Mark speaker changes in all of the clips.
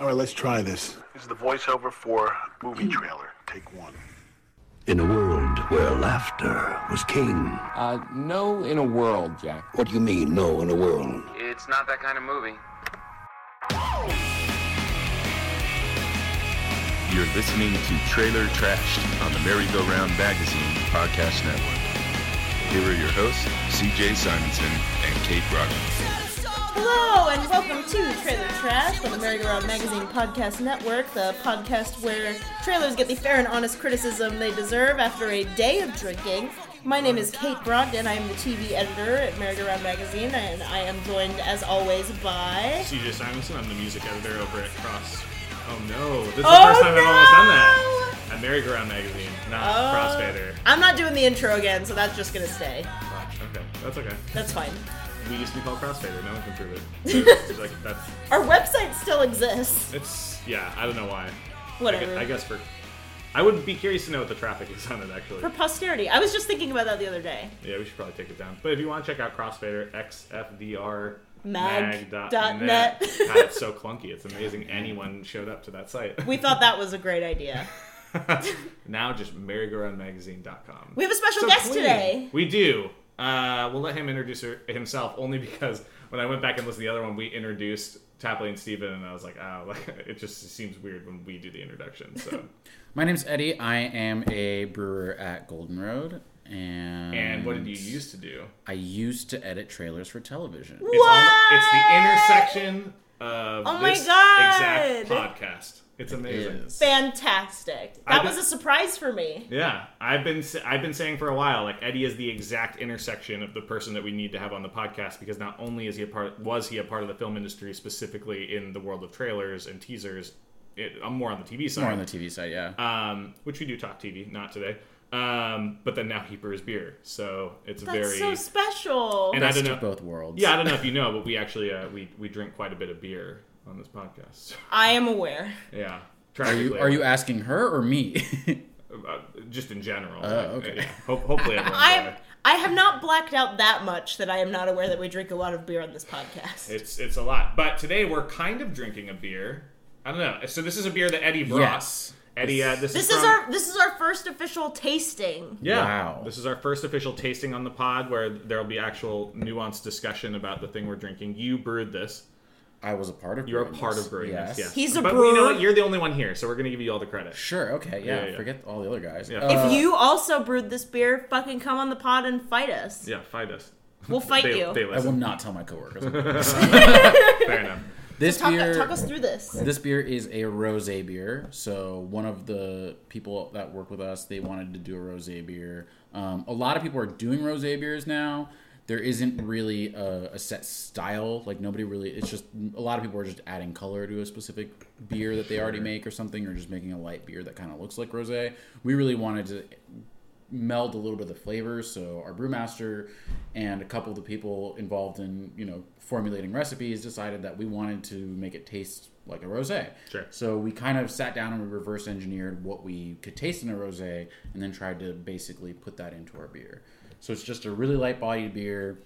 Speaker 1: All right, let's try this. This is the voiceover for movie trailer. Take one.
Speaker 2: In a world where laughter was king.
Speaker 3: Uh, no, in a world, Jack.
Speaker 2: What do you mean, no, in a world?
Speaker 4: It's not that kind of movie.
Speaker 5: You're listening to Trailer Trashed on the Merry-Go-Round Magazine Podcast Network. Here are your hosts, CJ Simonson and Kate Brockman.
Speaker 6: Hello and welcome to Trailer Trash on the Merry-Go-Round Magazine Podcast Network, the podcast where trailers get the fair and honest criticism they deserve after a day of drinking. My name is Kate Brogdon. I am the TV editor at Merry-Go-Round Magazine, and I am joined, as always, by
Speaker 7: CJ Simonson. I'm the music editor over at Cross. Oh no, this is
Speaker 6: Oh,
Speaker 7: the first time
Speaker 6: no!
Speaker 7: I've almost done that. At Merry Ground Magazine, not
Speaker 6: Oh.
Speaker 7: Crossfader.
Speaker 6: I'm not doing the intro again, so that's just gonna stay.
Speaker 7: Okay, that's okay.
Speaker 6: That's fine.
Speaker 7: We used to be called Crossfader. No one can prove it. So, it's like that's
Speaker 6: Our website still exists.
Speaker 7: it's yeah. I don't know why. I
Speaker 6: Whatever.
Speaker 7: guess, I guess for I would be curious to know what the traffic is on it actually.
Speaker 6: For posterity. I was just thinking about that the other day.
Speaker 7: Yeah, we should probably take it down. But if you want to check out Crossfader, xfdr.
Speaker 6: Mag
Speaker 7: mag
Speaker 6: dot
Speaker 7: dot
Speaker 6: net.
Speaker 7: net. God, it's so clunky. It's amazing anyone showed up to that site.
Speaker 6: We thought that was a great idea.
Speaker 7: now just merrygoroundmagazine.com.
Speaker 6: We have a special guest
Speaker 7: clean.
Speaker 6: today.
Speaker 7: We do. Uh, we'll let him introduce her, himself only because when I went back and listened to the other one, we introduced Tapley and Steven, and I was like, oh, like, it just seems weird when we do the introduction. So,
Speaker 8: My name's Eddie. I am a brewer at Golden Road, and
Speaker 7: and what did you used to do?
Speaker 8: I used to edit trailers for television.
Speaker 7: It's, On, it's the intersection of
Speaker 6: Oh my
Speaker 7: this exact
Speaker 6: God.
Speaker 7: podcast. It's
Speaker 8: It
Speaker 7: amazing.
Speaker 8: is.
Speaker 6: Fantastic.
Speaker 7: I
Speaker 6: That
Speaker 7: bet-
Speaker 6: was a surprise for me.
Speaker 7: Yeah, I've been sa- I've been saying for a while like Eddie is the exact intersection of the person that we need to have on the podcast because not only is he a part was he a part of the film industry specifically in the world of trailers and teasers, it, I'm more on the TV side,
Speaker 8: More on the TV side, yeah.
Speaker 7: um, which we do talk TV, not today. Um, but then now he brews beer, so it's
Speaker 6: That's
Speaker 7: very
Speaker 6: so special.
Speaker 7: and I
Speaker 8: Best
Speaker 7: don't know
Speaker 8: of both worlds.
Speaker 7: yeah I don't know if you know, but we actually uh, we we drink quite a bit of beer on this podcast. So,
Speaker 6: I am aware.
Speaker 7: yeah,
Speaker 8: Are you are you asking her or me?
Speaker 7: uh, just in general?
Speaker 8: Oh,
Speaker 7: like,
Speaker 8: okay.
Speaker 7: yeah. Ho- hopefully, everyone's
Speaker 6: I
Speaker 7: aware.
Speaker 6: I have not blacked out that much that I am not aware that we drink a lot of beer on this podcast.
Speaker 7: It's it's a lot. But today we're kind of drinking a beer. I don't know. So this is a beer that Eddie brought.
Speaker 8: Yes.
Speaker 7: Eddie, uh, this,
Speaker 6: this
Speaker 7: is,
Speaker 6: is
Speaker 7: from-
Speaker 6: our this is our first official tasting.
Speaker 7: yeah.
Speaker 8: Wow.
Speaker 7: This is our first official tasting on the pod where there'll be actual nuanced discussion about the thing we're drinking. You brewed this.
Speaker 8: I was a part of.
Speaker 7: You're a
Speaker 8: brewing
Speaker 7: part
Speaker 8: this.
Speaker 7: of brewing
Speaker 8: yes.
Speaker 7: this. Yes.
Speaker 6: He's a
Speaker 7: but you know
Speaker 6: brewer.
Speaker 7: what? You're the only one here, so we're gonna give you all the credit.
Speaker 8: Sure. Okay. Yeah.
Speaker 7: Yeah, yeah.
Speaker 8: Forget all the other guys.
Speaker 7: Yeah.
Speaker 8: Uh,
Speaker 6: if you also brewed this beer, fucking come on the pod and fight us.
Speaker 7: Yeah, fight us.
Speaker 6: We'll fight
Speaker 7: They,
Speaker 6: you.
Speaker 7: they
Speaker 8: I will
Speaker 7: listen.
Speaker 8: not tell my coworkers.
Speaker 7: Fair enough.
Speaker 8: this
Speaker 6: talk,
Speaker 8: beer.
Speaker 6: talk us through this.
Speaker 8: This beer is a rosé beer. So one of the people that work with us, they wanted to do a rosé beer. Um, a lot of people are doing rosé beers now. There isn't really a, a set style. Like nobody really. It's just a lot of people are just adding color to a specific beer that they already make or something, or just making a light beer that kind of looks like rosé. We really wanted to meld a little bit of the flavors. So our brewmaster and a couple of the people involved in you know formulating recipes decided that we wanted to make it taste like a rosé.
Speaker 7: Sure.
Speaker 8: So we kind of sat down and we reverse engineered what we could taste in a rosé, and then tried to basically put that into our beer. So it's just a really light bodied beer.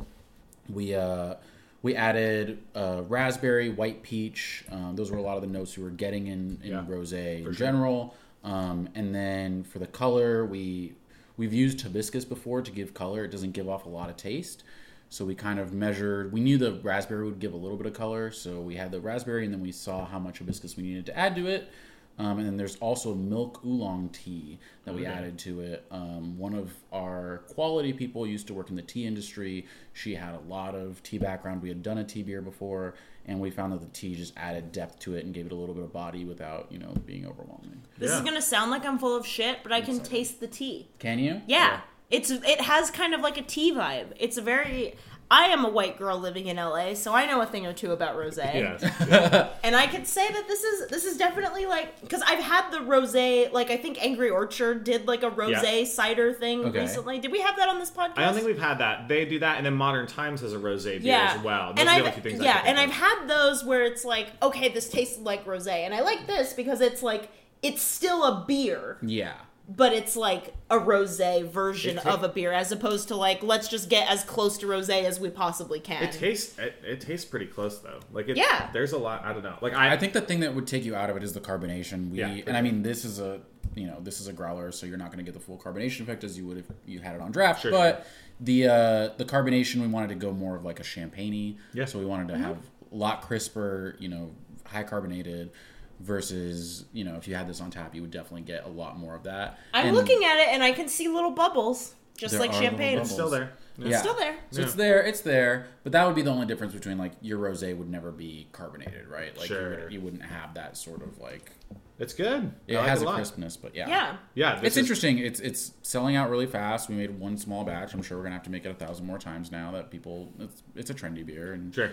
Speaker 8: We uh, we added uh, raspberry, white peach. Um, those were a lot of the notes we were getting in, in
Speaker 7: Yeah,
Speaker 8: rosé in general. Um, and then for the color, we we've used hibiscus before to give color. It doesn't give off a lot of taste, so we kind of measured. We knew the raspberry would give a little bit of color, so we had the raspberry, and then we saw how much hibiscus we needed to add to it. Um, and then there's also milk oolong tea that we added to it. Um, one of our quality people used to work in the tea industry. She had a lot of tea background. We had done a tea beer before, and we found that the tea just added depth to it and gave it a little bit of body without, you know, being overwhelming.
Speaker 6: This is
Speaker 7: Yeah.
Speaker 6: gonna sound like I'm full of shit, but I can taste the tea.
Speaker 8: Can you?
Speaker 6: Yeah. It's it has kind of like a tea vibe. It's a very I am a white girl living in LA, so I know a thing or two about rosé.
Speaker 7: Yeah.
Speaker 6: And I could say that this is this is definitely like cuz I've had the rosé like I think Angry Orchard did like a rosé
Speaker 7: Yeah.
Speaker 6: cider thing
Speaker 8: Okay.
Speaker 6: recently. Did we have that on this podcast?
Speaker 7: I don't think we've had that. They do that, and then Modern Times has a rosé beer as well.
Speaker 6: and
Speaker 7: Those are the
Speaker 6: I've,
Speaker 7: only two things I
Speaker 6: yeah,
Speaker 7: can
Speaker 6: and
Speaker 7: think
Speaker 6: I've
Speaker 7: of.
Speaker 6: had those where it's like, okay, this tasted like rosé, and I like this because it's like it's still a beer,
Speaker 8: Yeah.
Speaker 6: but it's like a rosé version
Speaker 7: It ta-
Speaker 6: of a beer, as opposed to like let's just get as close to rosé as we possibly can.
Speaker 7: It tastes it, it tastes pretty close though. Like it,
Speaker 6: Yeah.
Speaker 7: there's a lot. I don't know. Like I,
Speaker 8: I think the thing that would take you out of it is the carbonation. We
Speaker 7: Yeah, for
Speaker 8: and I mean this is a you know this is a growler, so you're not going to get the full carbonation effect as you would if you had it on draft.
Speaker 7: Sure,
Speaker 8: but the uh, the carbonation we wanted to go more of like a champagne.
Speaker 7: Yeah. Mm-hmm.
Speaker 8: So we wanted to have a lot crisper, you know, high carbonated. Versus, you know, if you had this on tap, you would definitely get a lot more of that.
Speaker 6: I'm
Speaker 8: And
Speaker 6: looking at it and I can see little bubbles, just
Speaker 8: There
Speaker 6: like
Speaker 8: are little
Speaker 6: champagne.
Speaker 8: bubbles.
Speaker 7: still there. Yeah.
Speaker 8: Yeah.
Speaker 6: Still there.
Speaker 8: So it's there, it's there, but that would be the only difference between like your rosé would never be carbonated, right? Like you,
Speaker 7: Sure.
Speaker 8: would, you wouldn't have that sort of like
Speaker 7: It's good.
Speaker 8: it
Speaker 7: I like
Speaker 8: has
Speaker 7: it
Speaker 8: a
Speaker 7: lot.
Speaker 8: crispness, but yeah,
Speaker 6: Yeah.
Speaker 7: Yeah, this
Speaker 8: it's
Speaker 7: is-
Speaker 8: interesting. It's it's selling out really fast. We made one small batch. I'm sure we're gonna have to make it a thousand more times now that people. It's it's a trendy beer and
Speaker 7: Sure.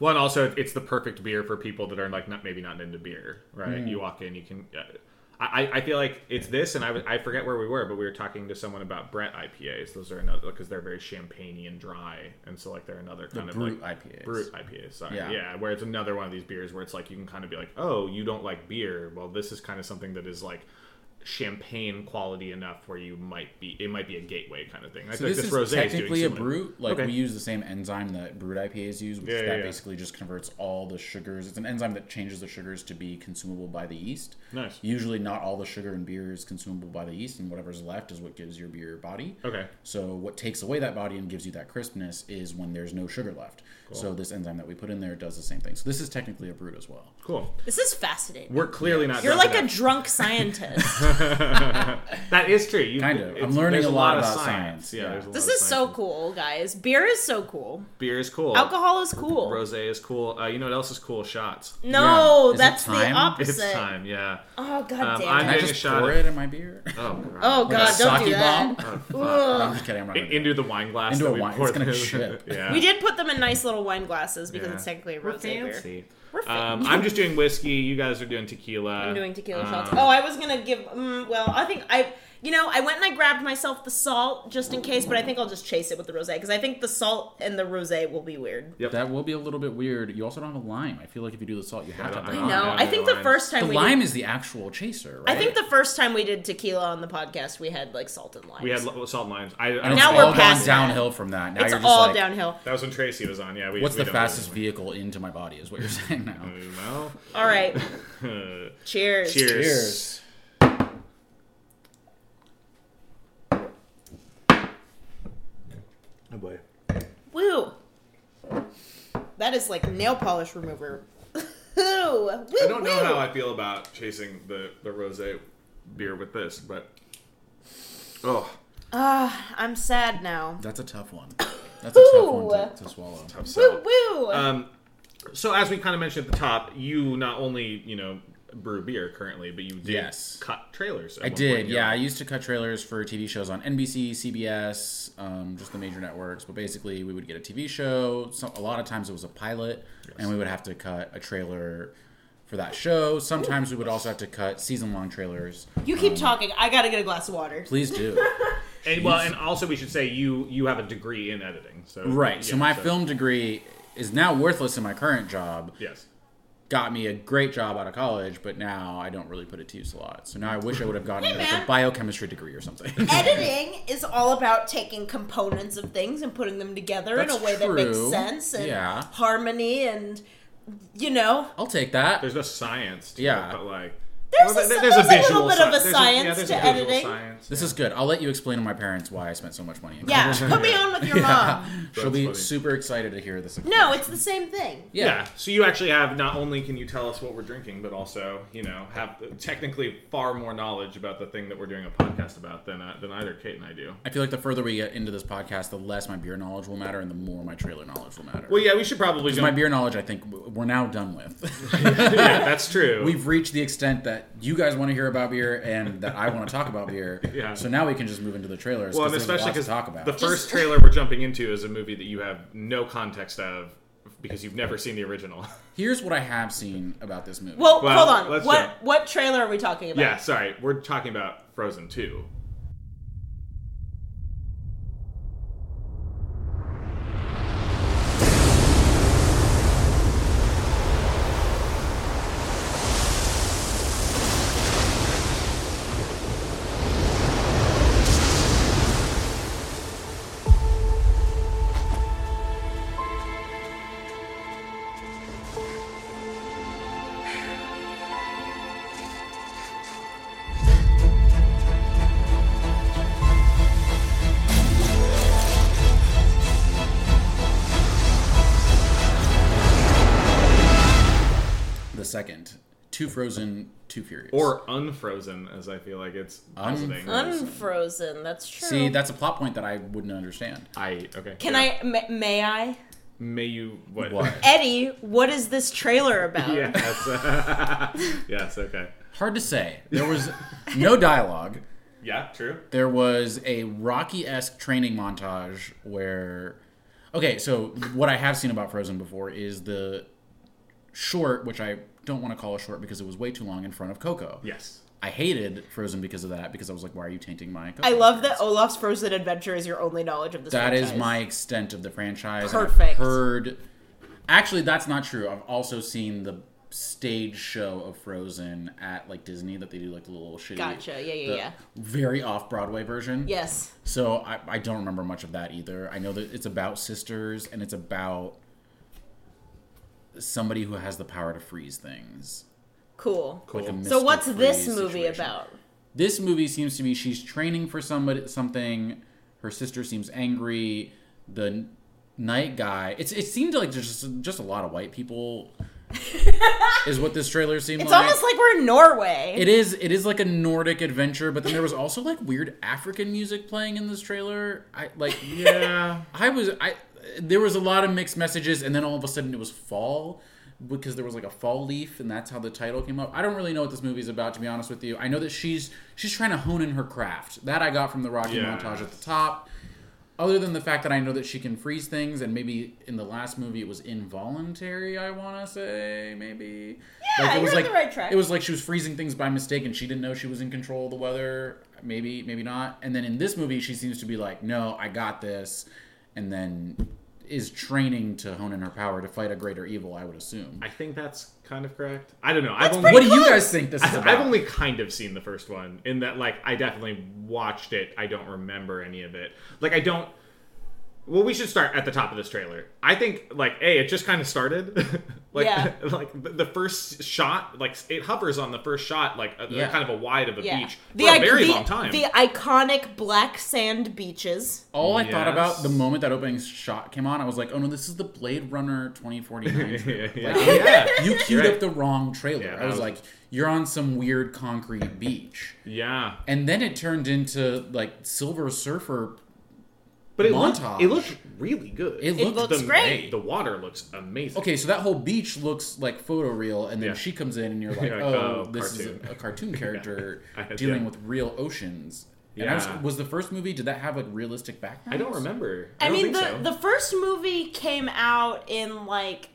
Speaker 7: Well, and also it's the perfect beer for people that are like not maybe not into beer, right?
Speaker 8: Mm.
Speaker 7: You walk in, you can. Uh, I, I- I feel like it's this, and I, was- I forget where we were, but we were talking to someone about Brett IPAs. Those are another because they're very champagne and dry, and so like they're another kind of
Speaker 8: brute
Speaker 7: like
Speaker 8: IPAs.
Speaker 7: brute IPAs. Sorry, yeah.
Speaker 8: Yeah.
Speaker 7: where it's another one of these beers where it's like you can kind of be like, oh, you don't like beer. Well, this is kind of something that is like champagne quality enough where you might be it might be a gateway kind of thing. I
Speaker 8: So
Speaker 7: feel like
Speaker 8: this,
Speaker 7: this,
Speaker 8: is
Speaker 7: rosé is doing
Speaker 8: technically a
Speaker 7: similar-
Speaker 8: brute. Like
Speaker 7: Okay.
Speaker 8: we use the same enzyme that brewed IPAs use, which
Speaker 7: Yeah, yeah,
Speaker 8: that
Speaker 7: yeah.
Speaker 8: basically just converts all the sugars. It's an enzyme that changes the sugars to be consumable by the yeast.
Speaker 7: Nice.
Speaker 8: Usually, not all the sugar in beer is consumable by the yeast, and whatever's left is what gives your beer body.
Speaker 7: Okay.
Speaker 8: So what takes away that body and gives you that crispness is when there's no sugar left. So this enzyme that we put in there does the same thing. So this is technically a brute as well.
Speaker 7: Cool.
Speaker 6: This is fascinating.
Speaker 7: We're clearly not.
Speaker 6: You're
Speaker 7: drunk
Speaker 6: like a
Speaker 7: enough.
Speaker 6: drunk scientist.
Speaker 7: That is true. You,
Speaker 8: Kind of. I'm
Speaker 7: it's-
Speaker 8: learning
Speaker 7: there's
Speaker 8: a lot about science.
Speaker 7: Yeah,
Speaker 8: Yeah.
Speaker 7: there's a lot
Speaker 6: this
Speaker 7: of
Speaker 6: is so
Speaker 7: science.
Speaker 6: cool, guys. Beer is so cool.
Speaker 7: Beer is cool.
Speaker 6: Alcohol is cool.
Speaker 7: Rosé is cool. Uh, you know what else is cool? Shots.
Speaker 6: No,
Speaker 8: Yeah. Is it
Speaker 6: that's the
Speaker 8: time?
Speaker 6: opposite.
Speaker 7: It's time. Yeah.
Speaker 6: Oh god
Speaker 7: Um,
Speaker 6: damn
Speaker 7: I'm
Speaker 6: it.
Speaker 8: Can I
Speaker 7: Getting a
Speaker 8: just
Speaker 7: shot
Speaker 8: pour
Speaker 7: of-
Speaker 8: it in my beer?
Speaker 7: Oh god.
Speaker 6: Oh
Speaker 8: Like a
Speaker 6: god, don't do
Speaker 8: sake
Speaker 6: that.
Speaker 8: bomb?
Speaker 6: Ugh.
Speaker 8: I'm just kidding. I'm not. gonna do
Speaker 7: Into the wine glass.
Speaker 8: Into
Speaker 7: that
Speaker 8: a
Speaker 7: we
Speaker 8: wine-
Speaker 7: poured
Speaker 8: it's gonna
Speaker 7: in.
Speaker 8: chip.
Speaker 7: yeah.
Speaker 6: We did put them in nice little wine glasses because
Speaker 7: Yeah.
Speaker 6: it's technically a
Speaker 7: We're
Speaker 6: rosé beer.
Speaker 7: fancy.
Speaker 6: We're fancy.
Speaker 7: Um, I'm just doing whiskey. You guys are doing tequila.
Speaker 6: I'm doing tequila shots.
Speaker 7: Um,
Speaker 6: Oh, I was gonna give. Mm, well, I think I. You know, I went and I grabbed myself the salt just in case, but I think I'll just chase it with the rosé because I think the salt and the rosé will be weird.
Speaker 8: that. That will be a little bit weird. You also don't have a lime. I feel like if you do the salt, you have to.
Speaker 7: don't-
Speaker 8: Have
Speaker 7: I
Speaker 8: the
Speaker 6: I
Speaker 7: Oh,
Speaker 8: lime.
Speaker 6: know.
Speaker 7: yeah,
Speaker 6: I think the
Speaker 7: lime.
Speaker 6: first time
Speaker 8: The
Speaker 6: we
Speaker 8: lime
Speaker 6: did,
Speaker 8: is the actual chaser,
Speaker 6: I
Speaker 8: right?
Speaker 6: think the first time we did tequila on the podcast, we had like salt and lime.
Speaker 7: we had lo- salt and limes. I, I
Speaker 8: And it's
Speaker 6: Now
Speaker 8: now
Speaker 6: we're
Speaker 8: all gone
Speaker 6: past that.
Speaker 8: downhill from that. Now
Speaker 6: it's
Speaker 8: you're just
Speaker 6: all
Speaker 8: like,
Speaker 6: downhill.
Speaker 7: That was when Tracy was on. Yeah. We,
Speaker 8: what's
Speaker 7: we
Speaker 8: the
Speaker 7: don't
Speaker 8: fastest
Speaker 7: really-
Speaker 8: vehicle into my body? Is what you're saying now.
Speaker 7: Well,
Speaker 6: All right. Cheers.
Speaker 7: cheers.
Speaker 8: Cheers.
Speaker 1: Oh boy.
Speaker 6: Woo. That is like nail polish remover. Woo. Woo.
Speaker 7: I don't know
Speaker 6: woo.
Speaker 7: how I feel about chasing the the rosé beer with this, but oh,
Speaker 6: I'm sad now.
Speaker 8: That's a tough one. That's a tough
Speaker 6: Ooh.
Speaker 8: one to, to swallow.
Speaker 6: Woo woo.
Speaker 7: Um, so as we kind of mentioned at the top, you not only you know brew beer currently, but you did
Speaker 8: Yes.
Speaker 7: cut trailers. At
Speaker 8: I
Speaker 7: one
Speaker 8: did,
Speaker 7: point,
Speaker 8: yeah. I used to cut trailers for TV shows on NBC, CBS, um, just the major networks. But basically, we would get a TV show. So a lot of times it was a pilot, and we would have to cut a trailer for that show. Sometimes we would also have to cut season-long trailers.
Speaker 6: you keep talking. I gotta get a glass of water.
Speaker 8: Please do.
Speaker 7: And well, and also we should say you you have a degree in editing, so
Speaker 8: right. So
Speaker 7: yeah,
Speaker 8: my film degree is now worthless in my current job.
Speaker 7: Yes.
Speaker 8: Got me a great job out of college, but now I don't really put it to use a lot. So now I wish I would have gotten
Speaker 6: Hey,
Speaker 8: like
Speaker 6: man.
Speaker 8: a biochemistry degree or something.
Speaker 6: Editing is all about taking components of things and putting them together in
Speaker 8: That's
Speaker 6: a way that makes
Speaker 8: true.
Speaker 6: sense and
Speaker 8: Yeah.
Speaker 6: harmony and you know
Speaker 8: I'll take that.
Speaker 7: There's no science. To
Speaker 8: Yeah.
Speaker 7: it, but like
Speaker 6: There's
Speaker 7: Well,
Speaker 6: a-
Speaker 7: there-
Speaker 6: there's a little
Speaker 7: visual
Speaker 6: bit
Speaker 7: sci-
Speaker 6: of a
Speaker 7: there's
Speaker 6: science
Speaker 7: yeah, there's
Speaker 6: to
Speaker 7: a visual
Speaker 6: editing.
Speaker 7: Science.
Speaker 8: This is good. I'll let you explain to my parents why I spent so much money. in
Speaker 6: Yeah, put me on with your mom.
Speaker 8: She'll be
Speaker 7: funny.
Speaker 8: super excited to hear this.
Speaker 6: No, it's the same thing.
Speaker 7: Yeah. So you actually have not only can you tell us what we're drinking, but also you know have technically far more knowledge about the thing that we're doing a podcast about than uh, than either Kate and I do.
Speaker 8: I feel like the further we get into this podcast, the less my beer knowledge will matter, and the more my trailer knowledge will matter.
Speaker 7: Well, yeah, we should probably
Speaker 8: my
Speaker 7: jump.
Speaker 8: beer knowledge, I think, w- we're now done with.
Speaker 7: yeah, that's true.
Speaker 8: We've reached the extent that you guys want to hear about beer and that I want to talk about beer.
Speaker 7: Yeah.
Speaker 8: So now we can just move into the trailers.
Speaker 7: Well, and
Speaker 8: there's
Speaker 7: especially
Speaker 8: lots to
Speaker 7: because
Speaker 8: talk about.
Speaker 7: the first trailer we're jumping into is a movie that you have no context of because you've never seen the original.
Speaker 8: Here's what I have seen about this movie.
Speaker 6: Well,
Speaker 7: Well,
Speaker 6: hold on.
Speaker 7: let's
Speaker 6: What
Speaker 7: go.
Speaker 6: what trailer are we talking about?
Speaker 7: yeah, sorry, we're talking about Frozen Two.
Speaker 8: too frozen, too furious.
Speaker 7: Or unfrozen, as I feel like it's positing.
Speaker 6: Unfrozen. That's true.
Speaker 8: see, that's a plot point that I wouldn't understand.
Speaker 7: I okay.
Speaker 6: Can
Speaker 7: yeah.
Speaker 6: I? May, may I?
Speaker 7: May you what?
Speaker 8: What?
Speaker 6: Eddie, what is this trailer about?
Speaker 7: yeah. That's, yes. Okay.
Speaker 8: Hard to say. There was no dialogue.
Speaker 7: Yeah. True.
Speaker 8: There was a Rocky esque training montage where. Okay, so what I have seen about Frozen before is the short, which I don't want to call a short because it was way too long in front of Coco.
Speaker 7: Yes.
Speaker 8: I hated Frozen because of that because I was like, why are you tainting my Coco?
Speaker 6: I love that Olaf's Frozen Adventure is your only knowledge of this.
Speaker 8: That is
Speaker 6: franchise.
Speaker 8: my extent of the franchise. I've
Speaker 6: Perfect.
Speaker 8: heard. Actually, that's not true. I've also seen the stage show of Frozen at like Disney that they do like the little shitty,
Speaker 6: Gotcha. Yeah, yeah,
Speaker 8: the
Speaker 6: yeah.
Speaker 8: very off Broadway version.
Speaker 6: Yes.
Speaker 8: So I, I don't remember much of that either. I know that it's about sisters and it's about somebody who has the power to freeze things.
Speaker 6: Cool.
Speaker 8: Cool.
Speaker 6: So what's this movie about?
Speaker 8: This movie seems to be she's training for somebody something. Her sister seems angry. The n- night guy. It's it seemed like there's just just a lot of white people. is what this trailer seemed
Speaker 6: It's
Speaker 8: like.
Speaker 6: almost like we're in Norway.
Speaker 8: It is. It is like a Nordic adventure, but then there was also like weird African music playing in this trailer. I like.
Speaker 7: Yeah.
Speaker 8: I was. I there was a lot of mixed messages, and then all of a sudden it was fall because there was like a fall leaf, and that's how the title came up. I don't really know what this movie's about, to be honest with you. I know that she's she's trying to hone in her craft. That I got from the Rocky
Speaker 7: Yeah.
Speaker 8: montage at the top. Other than the fact that I know that she can freeze things, and maybe in the last movie it was involuntary. I want to say maybe. Yeah, it was
Speaker 6: you're on
Speaker 8: like
Speaker 6: the right track.
Speaker 8: it was like she was freezing things by mistake, and she didn't know she was in control of the weather. Maybe, maybe not. And then in this movie, she seems to be like, "No, I got this," and then is training to hone in her power to fight a greater evil. I would assume.
Speaker 7: I think that's kind of correct. I don't know. I've only
Speaker 8: What do you guys think this is
Speaker 7: I-
Speaker 8: about?
Speaker 7: I've only kind of seen the first one in that, like, I definitely watched it. I don't remember any of it. Like, I don't. Well, we should start at the top of this trailer. I think, like, a, it just kind of started. like,
Speaker 6: Yeah.
Speaker 7: like the- the first shot, like, it hovers on the first shot, like, a,
Speaker 8: Yeah.
Speaker 7: kind of a wide of a
Speaker 6: yeah.
Speaker 7: beach for a
Speaker 6: ic-
Speaker 7: very
Speaker 6: the-
Speaker 7: long time.
Speaker 6: The iconic black sand beaches.
Speaker 8: All I thought
Speaker 7: Yes.
Speaker 8: about the moment that opening shot came on, I was like, "Oh no, this is the Blade Runner 2049." trailer."
Speaker 7: yeah,
Speaker 8: Like,
Speaker 7: yeah. yeah.
Speaker 8: You queued
Speaker 7: Right.
Speaker 8: up the wrong trailer.
Speaker 7: Yeah,
Speaker 8: I was
Speaker 7: that was-
Speaker 8: like, "You're on some weird concrete beach."
Speaker 7: Yeah.
Speaker 8: And then it turned into like Silver Surfer.
Speaker 7: But it
Speaker 8: Montage.
Speaker 7: looked, it looked really good.
Speaker 8: It looked
Speaker 6: looks
Speaker 7: the,
Speaker 6: great.
Speaker 7: The water looks amazing.
Speaker 8: Okay, so that whole beach looks like photoreal, and then
Speaker 7: Yeah.
Speaker 8: she comes in, and you're like,
Speaker 7: You're like,
Speaker 8: "Oh,
Speaker 7: oh,
Speaker 8: this
Speaker 7: cartoon."
Speaker 8: is a, a cartoon character
Speaker 7: I had-
Speaker 8: dealing
Speaker 7: yeah.
Speaker 8: with real oceans." And I was,
Speaker 7: Yeah.
Speaker 8: was the first movie? Did that have like realistic background?
Speaker 7: I don't remember.
Speaker 6: I,
Speaker 7: I, don't
Speaker 6: mean,
Speaker 7: think
Speaker 6: the,
Speaker 7: so.
Speaker 6: the first movie came out in like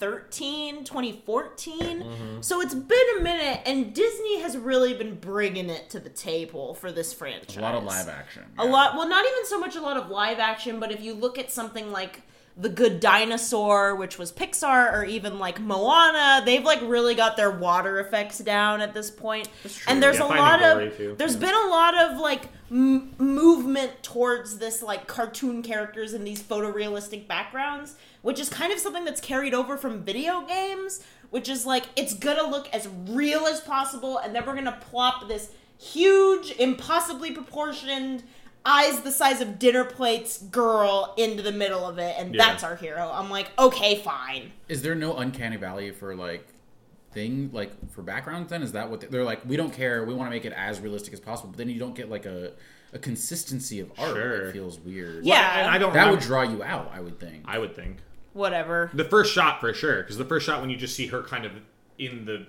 Speaker 6: 2013, 2014.
Speaker 7: Mm-hmm.
Speaker 6: So it's been a minute, and Disney has really been bringing it to the table for this franchise.
Speaker 8: A lot of live action.
Speaker 6: A lot, well, not even so much a lot of live action, but if you look at something like The Good Dinosaur, which was Pixar, or even like Moana, they've like really got their water effects down at this point. And there's
Speaker 7: Yeah,
Speaker 6: a
Speaker 7: Finding
Speaker 6: lot
Speaker 7: Dory,
Speaker 6: of
Speaker 7: too.
Speaker 6: there's been a lot of like m- movement towards this like cartoon characters and these photorealistic backgrounds, which is kind of something that's carried over from video games, which is like it's gonna look as real as possible, and then we're gonna plop this huge, impossibly proportioned. Eyes the size of dinner plates, girl, into the middle of it, and
Speaker 7: Yeah.
Speaker 6: that's our hero. I'm like, okay, fine.
Speaker 8: Is there no uncanny valley for like thing like for background? Then is that what they, they're like? We don't care. We want to make it as realistic as possible. But then you don't get like a a consistency of art.
Speaker 7: Sure.
Speaker 8: It feels weird.
Speaker 6: Yeah.
Speaker 7: And I don't
Speaker 8: That
Speaker 7: remember.
Speaker 8: would draw you out, I would think.
Speaker 7: I would think.
Speaker 6: Whatever.
Speaker 7: The first shot for sure, because the first shot when you just see her kind of in the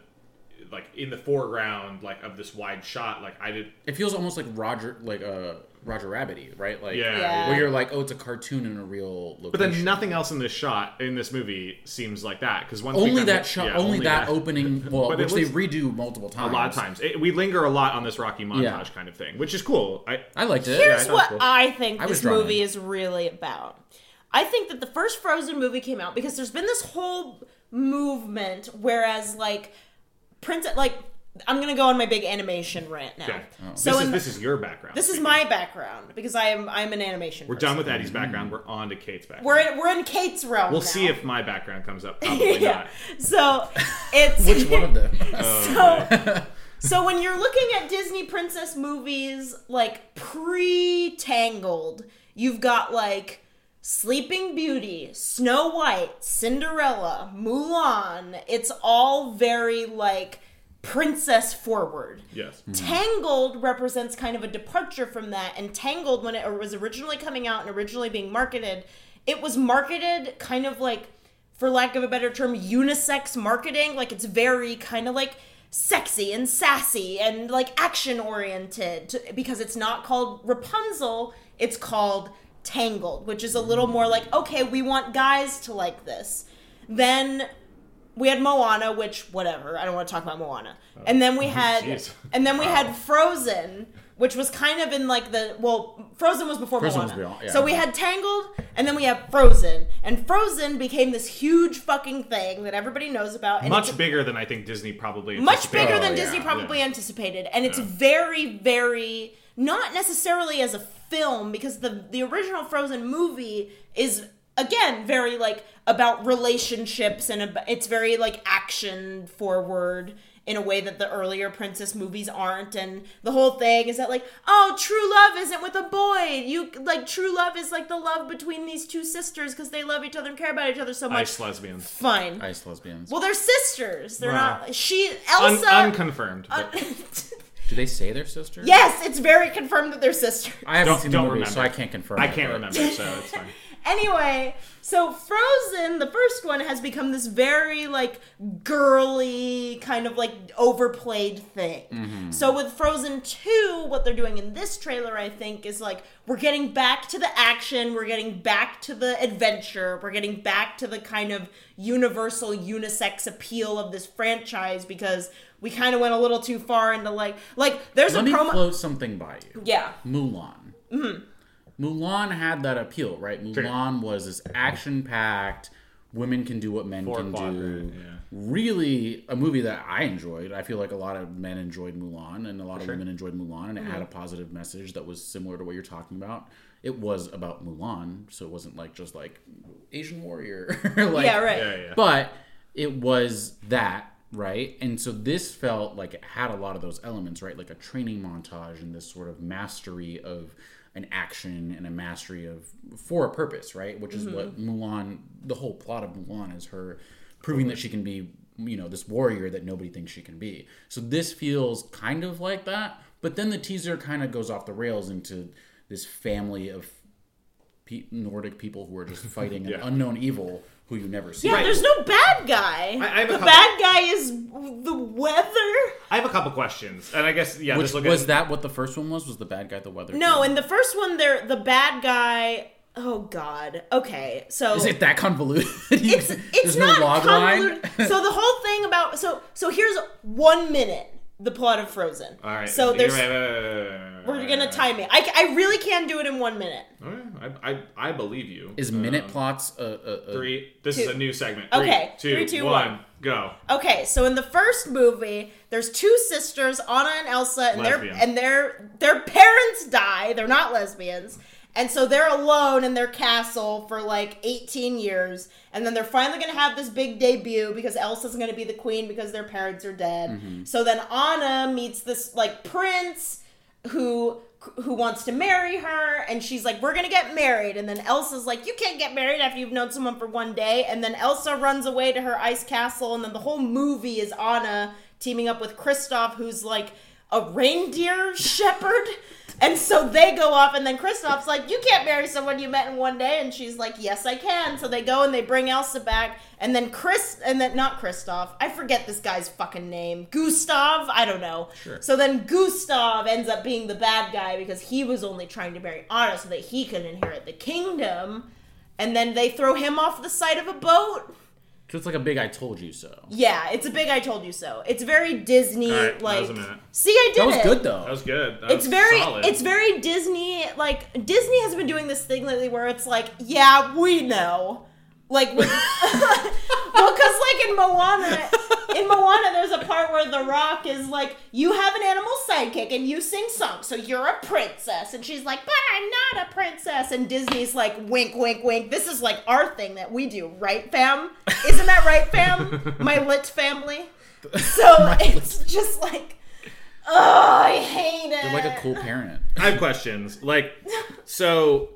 Speaker 7: like in the foreground, like of this wide shot, like I did.
Speaker 8: It feels almost like Roger, like uh, Roger Rabbit, right? Like
Speaker 7: Yeah.
Speaker 6: Yeah.
Speaker 8: where you're like, oh, it's a cartoon in a real location.
Speaker 7: But then nothing else in this shot in this movie seems like that because once we
Speaker 8: Only
Speaker 7: kinda-
Speaker 8: that shot,
Speaker 7: yeah,
Speaker 8: only, that, opening, well,
Speaker 7: But
Speaker 8: which
Speaker 7: it
Speaker 8: they
Speaker 7: was-
Speaker 8: redo multiple times.
Speaker 7: a lot of times it, we linger a lot on this Rocky montage
Speaker 8: Yeah.
Speaker 7: kind of thing, which is cool. I
Speaker 8: Uh, I liked it.
Speaker 6: Here's
Speaker 7: I thought
Speaker 6: what
Speaker 7: so.
Speaker 6: I think
Speaker 8: I was
Speaker 6: this
Speaker 8: drawn
Speaker 6: movie
Speaker 8: in.
Speaker 6: is really about. I think that the first Frozen movie came out because there's been this whole movement, whereas like Princess, like I'm gonna go on my big animation rant now.
Speaker 7: yeah.
Speaker 6: So
Speaker 7: this
Speaker 6: in
Speaker 7: is
Speaker 6: the-
Speaker 7: this is your background.
Speaker 6: this is my background because I am I'm an animation.
Speaker 7: We're done with Eddie's background. We're on to Kate's background.
Speaker 6: We're in, we're in Kate's realm.
Speaker 7: we'll
Speaker 6: now.
Speaker 7: see if my background comes up. Probably
Speaker 6: yeah.
Speaker 7: not.
Speaker 6: So it's
Speaker 8: Which one of them?
Speaker 6: so so when you're looking at Disney princess movies like pre-tangled, you've got like Sleeping Beauty, Snow White, Cinderella, Mulan. It's all very like princess forward.
Speaker 7: Yes.
Speaker 6: Tangled represents kind of a departure from that, and Tangled, when it was originally coming out and originally being marketed, it was marketed kind of like, for lack of a better term, unisex marketing. Like it's very kind of like sexy and sassy and like action oriented because it's not called Rapunzel, it's called Tangled, which is a little more like, okay, we want guys to like this. Then we had Moana, which whatever. I don't want to talk about Moana. and then we had,
Speaker 7: jeez.
Speaker 6: and then we had Frozen, which was kind of in like the well, Frozen was before
Speaker 8: Frozen was
Speaker 6: Moana.
Speaker 8: beyond- yeah.
Speaker 6: So we had Tangled, and then we have Frozen, and Frozen became this huge fucking thing that everybody knows about. And it's
Speaker 7: Much bigger than I think Disney probably.
Speaker 6: much
Speaker 7: anticipated.
Speaker 6: bigger than
Speaker 8: Oh, yeah,
Speaker 6: Disney probably
Speaker 7: yeah.
Speaker 6: anticipated, and it's very, very not necessarily as a film because the the original Frozen movie is again very like about relationships and ab- it's very like action forward in a way that the earlier princess movies aren't and the whole thing is that like oh true love isn't with a boy you like true love is like the love between these two sisters because they love each other and care about each other so much
Speaker 7: Ice lesbians.
Speaker 6: fine
Speaker 8: Ice lesbians.
Speaker 6: well, they're sisters. They're
Speaker 7: Wow.
Speaker 6: not. She
Speaker 7: Un-
Speaker 6: Elsa.
Speaker 7: unconfirmed. but-
Speaker 8: Do they say they're sisters?
Speaker 6: yes, it's very confirmed that they're sisters.
Speaker 8: I haven't
Speaker 7: Don't-
Speaker 8: seen the
Speaker 7: don't
Speaker 8: movie, so I
Speaker 7: remember.
Speaker 8: can't confirm.
Speaker 7: I
Speaker 8: it,
Speaker 7: can't
Speaker 8: but-
Speaker 7: remember, so it's fine.
Speaker 6: Anyway, so Frozen, the first one, has become this very like girly kind of like overplayed thing.
Speaker 8: Mm-hmm.
Speaker 6: So with Frozen two, what they're doing in this trailer, I think, is like we're getting back to the action, we're getting back to the adventure, we're getting back to the kind of universal unisex appeal of this franchise because we kind of went a little too far into like like there's
Speaker 8: Let
Speaker 6: a
Speaker 8: me
Speaker 6: promo.
Speaker 8: close something by you.
Speaker 6: yeah.
Speaker 8: Mulan.
Speaker 6: Mm-hmm.
Speaker 8: Mulan had that appeal, right? Mulan was this action-packed. Women can do what men
Speaker 7: Four
Speaker 8: can
Speaker 7: quadrant,
Speaker 8: do.
Speaker 7: yeah.
Speaker 8: Really, a movie that I enjoyed. I feel like a lot of men enjoyed Mulan, and a lot of women enjoyed Mulan, and it
Speaker 6: Mm-hmm.
Speaker 8: had a positive message that was similar to what you're talking about. It was about Mulan, so it wasn't like just like Asian warrior. like,
Speaker 6: yeah. Right.
Speaker 7: Yeah, yeah.
Speaker 8: but it was that right and so this felt like it had a lot of those elements right like a training montage and this sort of mastery of an action and a mastery of for a purpose right which is what mulan the whole plot of mulan is her proving that she can be you know this warrior that nobody thinks she can be so this feels kind of like that but then the teaser kind of goes off the rails into this family of pe- nordic people who are just fighting an
Speaker 7: Yeah.
Speaker 8: unknown evil who you never see
Speaker 6: Yeah, there's no bad guy.
Speaker 7: I- I have a
Speaker 6: the
Speaker 7: couple-
Speaker 6: bad guy is the weather.
Speaker 7: I have a couple questions, and I guess yeah,
Speaker 8: Which
Speaker 7: just look
Speaker 8: was
Speaker 7: at,
Speaker 8: that what the first one was? Was the bad guy the weather?
Speaker 6: No,
Speaker 8: and
Speaker 6: in the first one, they're the bad guy. Oh God. Okay, so
Speaker 8: is it that convoluted?
Speaker 6: it's it's not convoluted. so the whole thing about so so here's one minute the plot of Frozen.
Speaker 7: All right.
Speaker 6: So there's
Speaker 7: we're
Speaker 6: we're gonna time it. I, I really can do it in one minute.
Speaker 7: I, I I believe you.
Speaker 8: Is minute plots a, a, a
Speaker 7: Uh, three? This is
Speaker 6: Two.
Speaker 7: a new segment.
Speaker 6: Okay,
Speaker 7: Three,
Speaker 6: three,
Speaker 7: two,
Speaker 6: two,
Speaker 7: one,
Speaker 6: one.
Speaker 7: go.
Speaker 6: Okay, so in the first movie, there's two sisters, Anna and Elsa, and their
Speaker 7: Lesbian.
Speaker 6: and their their parents die. They're not lesbians. And so they're alone in their castle for like 18 years. And then they're finally going to have this big debut because Elsa's going to be the queen because their parents are dead. So then Anna meets this like prince who who wants to marry her and she's like we're gonna get married and then elsa's like you can't get married after you've known someone for one day and then elsa runs away to her ice castle and then the whole movie is anna teaming up with kristoff who's like a reindeer shepherd and so they go off and then kristoff's like you can't marry someone you met in one day and she's like yes i can so they go and they bring elsa back and then chris and then not kristoff i forget this guy's fucking name gustav i don't know sure. so then gustav ends up being the bad guy because he was only trying to marry anna so that he could inherit the kingdom and then they throw him off the side of a boat
Speaker 8: So it's like a big "I told you so."
Speaker 6: yeah it's a big i told you so it's very disney
Speaker 7: All right, that
Speaker 6: like
Speaker 7: was a minute.
Speaker 6: see i did
Speaker 8: That was
Speaker 6: it
Speaker 8: good
Speaker 7: That
Speaker 8: though.
Speaker 7: was good. That
Speaker 6: it's
Speaker 7: was
Speaker 6: very
Speaker 7: solid.
Speaker 6: it's very disney like disney has been doing this thing lately where it's like yeah we know like we- well because like in moana in moana there's a part where the rock is like you have an animal sidekick and you sing songs so you're a princess and she's like but i'm not a princess and disney's like wink wink wink this is like our thing that we do right fam isn't that right fam my lit family so it's just like oh i hate it
Speaker 8: They're like a cool parent.
Speaker 7: I have questions. Like, so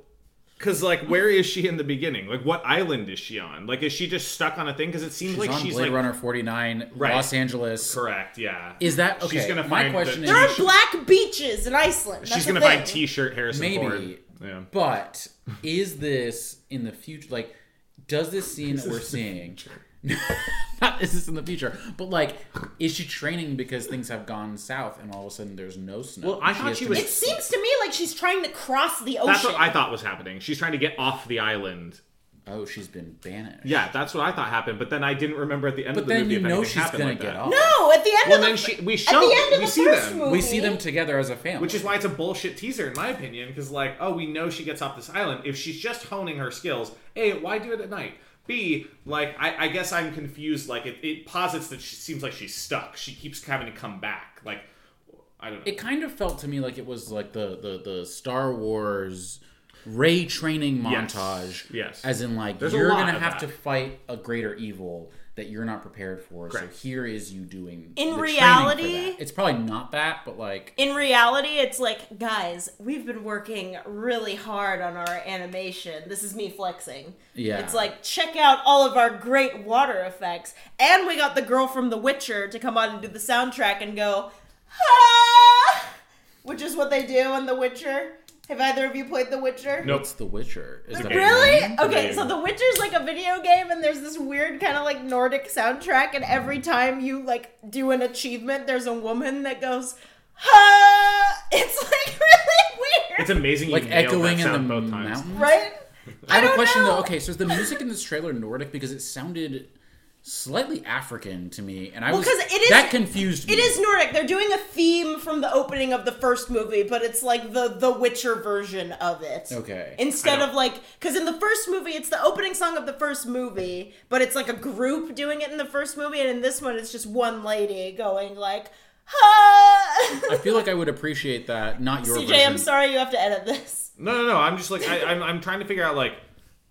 Speaker 7: Cause like, where is she in the beginning? Like, what island is she on? Like, is she just stuck on a thing? Because it seems
Speaker 8: She's
Speaker 7: like
Speaker 8: on
Speaker 7: she's
Speaker 8: Blade
Speaker 7: like
Speaker 8: Runner 49,
Speaker 7: Right.
Speaker 8: Los Angeles.
Speaker 7: correct. Yeah,
Speaker 8: Is that okay?
Speaker 7: She's gonna
Speaker 8: my
Speaker 7: find
Speaker 8: question
Speaker 7: the-
Speaker 6: There are
Speaker 8: is,
Speaker 6: black beaches in Iceland. That's
Speaker 7: she's
Speaker 6: the
Speaker 7: gonna
Speaker 6: thing.
Speaker 7: find T-shirt Harrison
Speaker 8: Maybe.
Speaker 7: Ford. Yeah.
Speaker 8: but is this in the future? Like, does this scene that we're seeing? Not is this in the future, but like, is she training because things have gone south and all of a sudden there's no snow?
Speaker 7: Well, I
Speaker 8: She
Speaker 7: thought
Speaker 8: has
Speaker 7: she
Speaker 8: to
Speaker 7: was-
Speaker 6: It seems to me like she's trying to cross the ocean.
Speaker 7: That's what I thought was happening. She's trying to get off the island.
Speaker 8: Oh, she's been banished.
Speaker 7: Yeah, that's what I thought happened. But then I didn't remember at the end
Speaker 8: but
Speaker 7: of the
Speaker 8: then
Speaker 7: movie
Speaker 8: you
Speaker 7: if
Speaker 8: know
Speaker 7: anything
Speaker 8: she's
Speaker 7: happened
Speaker 8: gonna
Speaker 7: like
Speaker 8: get
Speaker 7: that.
Speaker 8: off.
Speaker 6: no, at the end
Speaker 7: Well,
Speaker 6: of the
Speaker 7: then she, we
Speaker 6: at
Speaker 7: show
Speaker 6: the end of
Speaker 7: we
Speaker 6: the
Speaker 7: see
Speaker 6: first
Speaker 7: them,
Speaker 6: movie,
Speaker 8: we see them together as a family,
Speaker 7: which is why it's a bullshit teaser in my opinion. Because like, oh, we know she gets off this island. If she's just honing her skills, a, why do it at night? B, like, I, I guess I'm confused. Like, it, it posits that she seems like she's stuck. She keeps having to come back. Like, I don't know.
Speaker 8: it kind of felt to me like it was like the the, the Star Wars Ray training
Speaker 7: Yes.
Speaker 8: montage.
Speaker 7: Yes.
Speaker 8: As in like
Speaker 7: There's a
Speaker 8: you're
Speaker 7: lot
Speaker 8: gonna
Speaker 7: of
Speaker 8: have
Speaker 7: that.
Speaker 8: to fight a greater evil that you're not prepared for.
Speaker 7: Correct.
Speaker 8: So here is you doing
Speaker 6: In
Speaker 8: the training for
Speaker 6: reality-
Speaker 8: that. It's probably not that, but like
Speaker 6: in reality, it's like, guys, we've been working really hard on our animation. This is me flexing.
Speaker 8: Yeah.
Speaker 6: It's like, check out all of our great water effects. And we got the girl from The Witcher to come on and do the soundtrack and go, ha! Which is what they do in The Witcher. Have either of you played The Witcher?
Speaker 7: Nope.
Speaker 8: it's The Witcher. Is that
Speaker 6: Really? Okay,
Speaker 7: game.
Speaker 6: so The Witcher's like a video game, and there's this weird kind of like Nordic soundtrack, and every time you like do an achievement, there's a woman that goes, "Huh." It's like really weird,
Speaker 7: It's amazing.
Speaker 8: Like
Speaker 7: you nailed
Speaker 8: echoing
Speaker 7: that
Speaker 8: in the
Speaker 7: sound both times.
Speaker 8: mountains.
Speaker 6: right?
Speaker 8: I have a
Speaker 6: don't
Speaker 8: question
Speaker 6: know.
Speaker 8: though. Okay, so is the music in this trailer Nordic because it sounded slightly African to me, and I
Speaker 6: Well,
Speaker 8: was
Speaker 6: 'cause it is-
Speaker 8: that confused me.
Speaker 6: It is Nordic. They're doing a theme from the opening of the first movie, but it's like the the Witcher version of it.
Speaker 8: Okay.
Speaker 6: Instead
Speaker 7: I don't-
Speaker 6: of like, because in the first movie, it's the opening song of the first movie, but it's like a group doing it in the first movie, and in this one, it's just one lady going like,
Speaker 8: I
Speaker 6: "Huh."
Speaker 8: feel like I would appreciate that. Not your
Speaker 6: CJ,
Speaker 8: version.
Speaker 6: I'm sorry you have to edit this.
Speaker 7: No, no, no. I'm just like I, I'm. I'm trying to figure out like.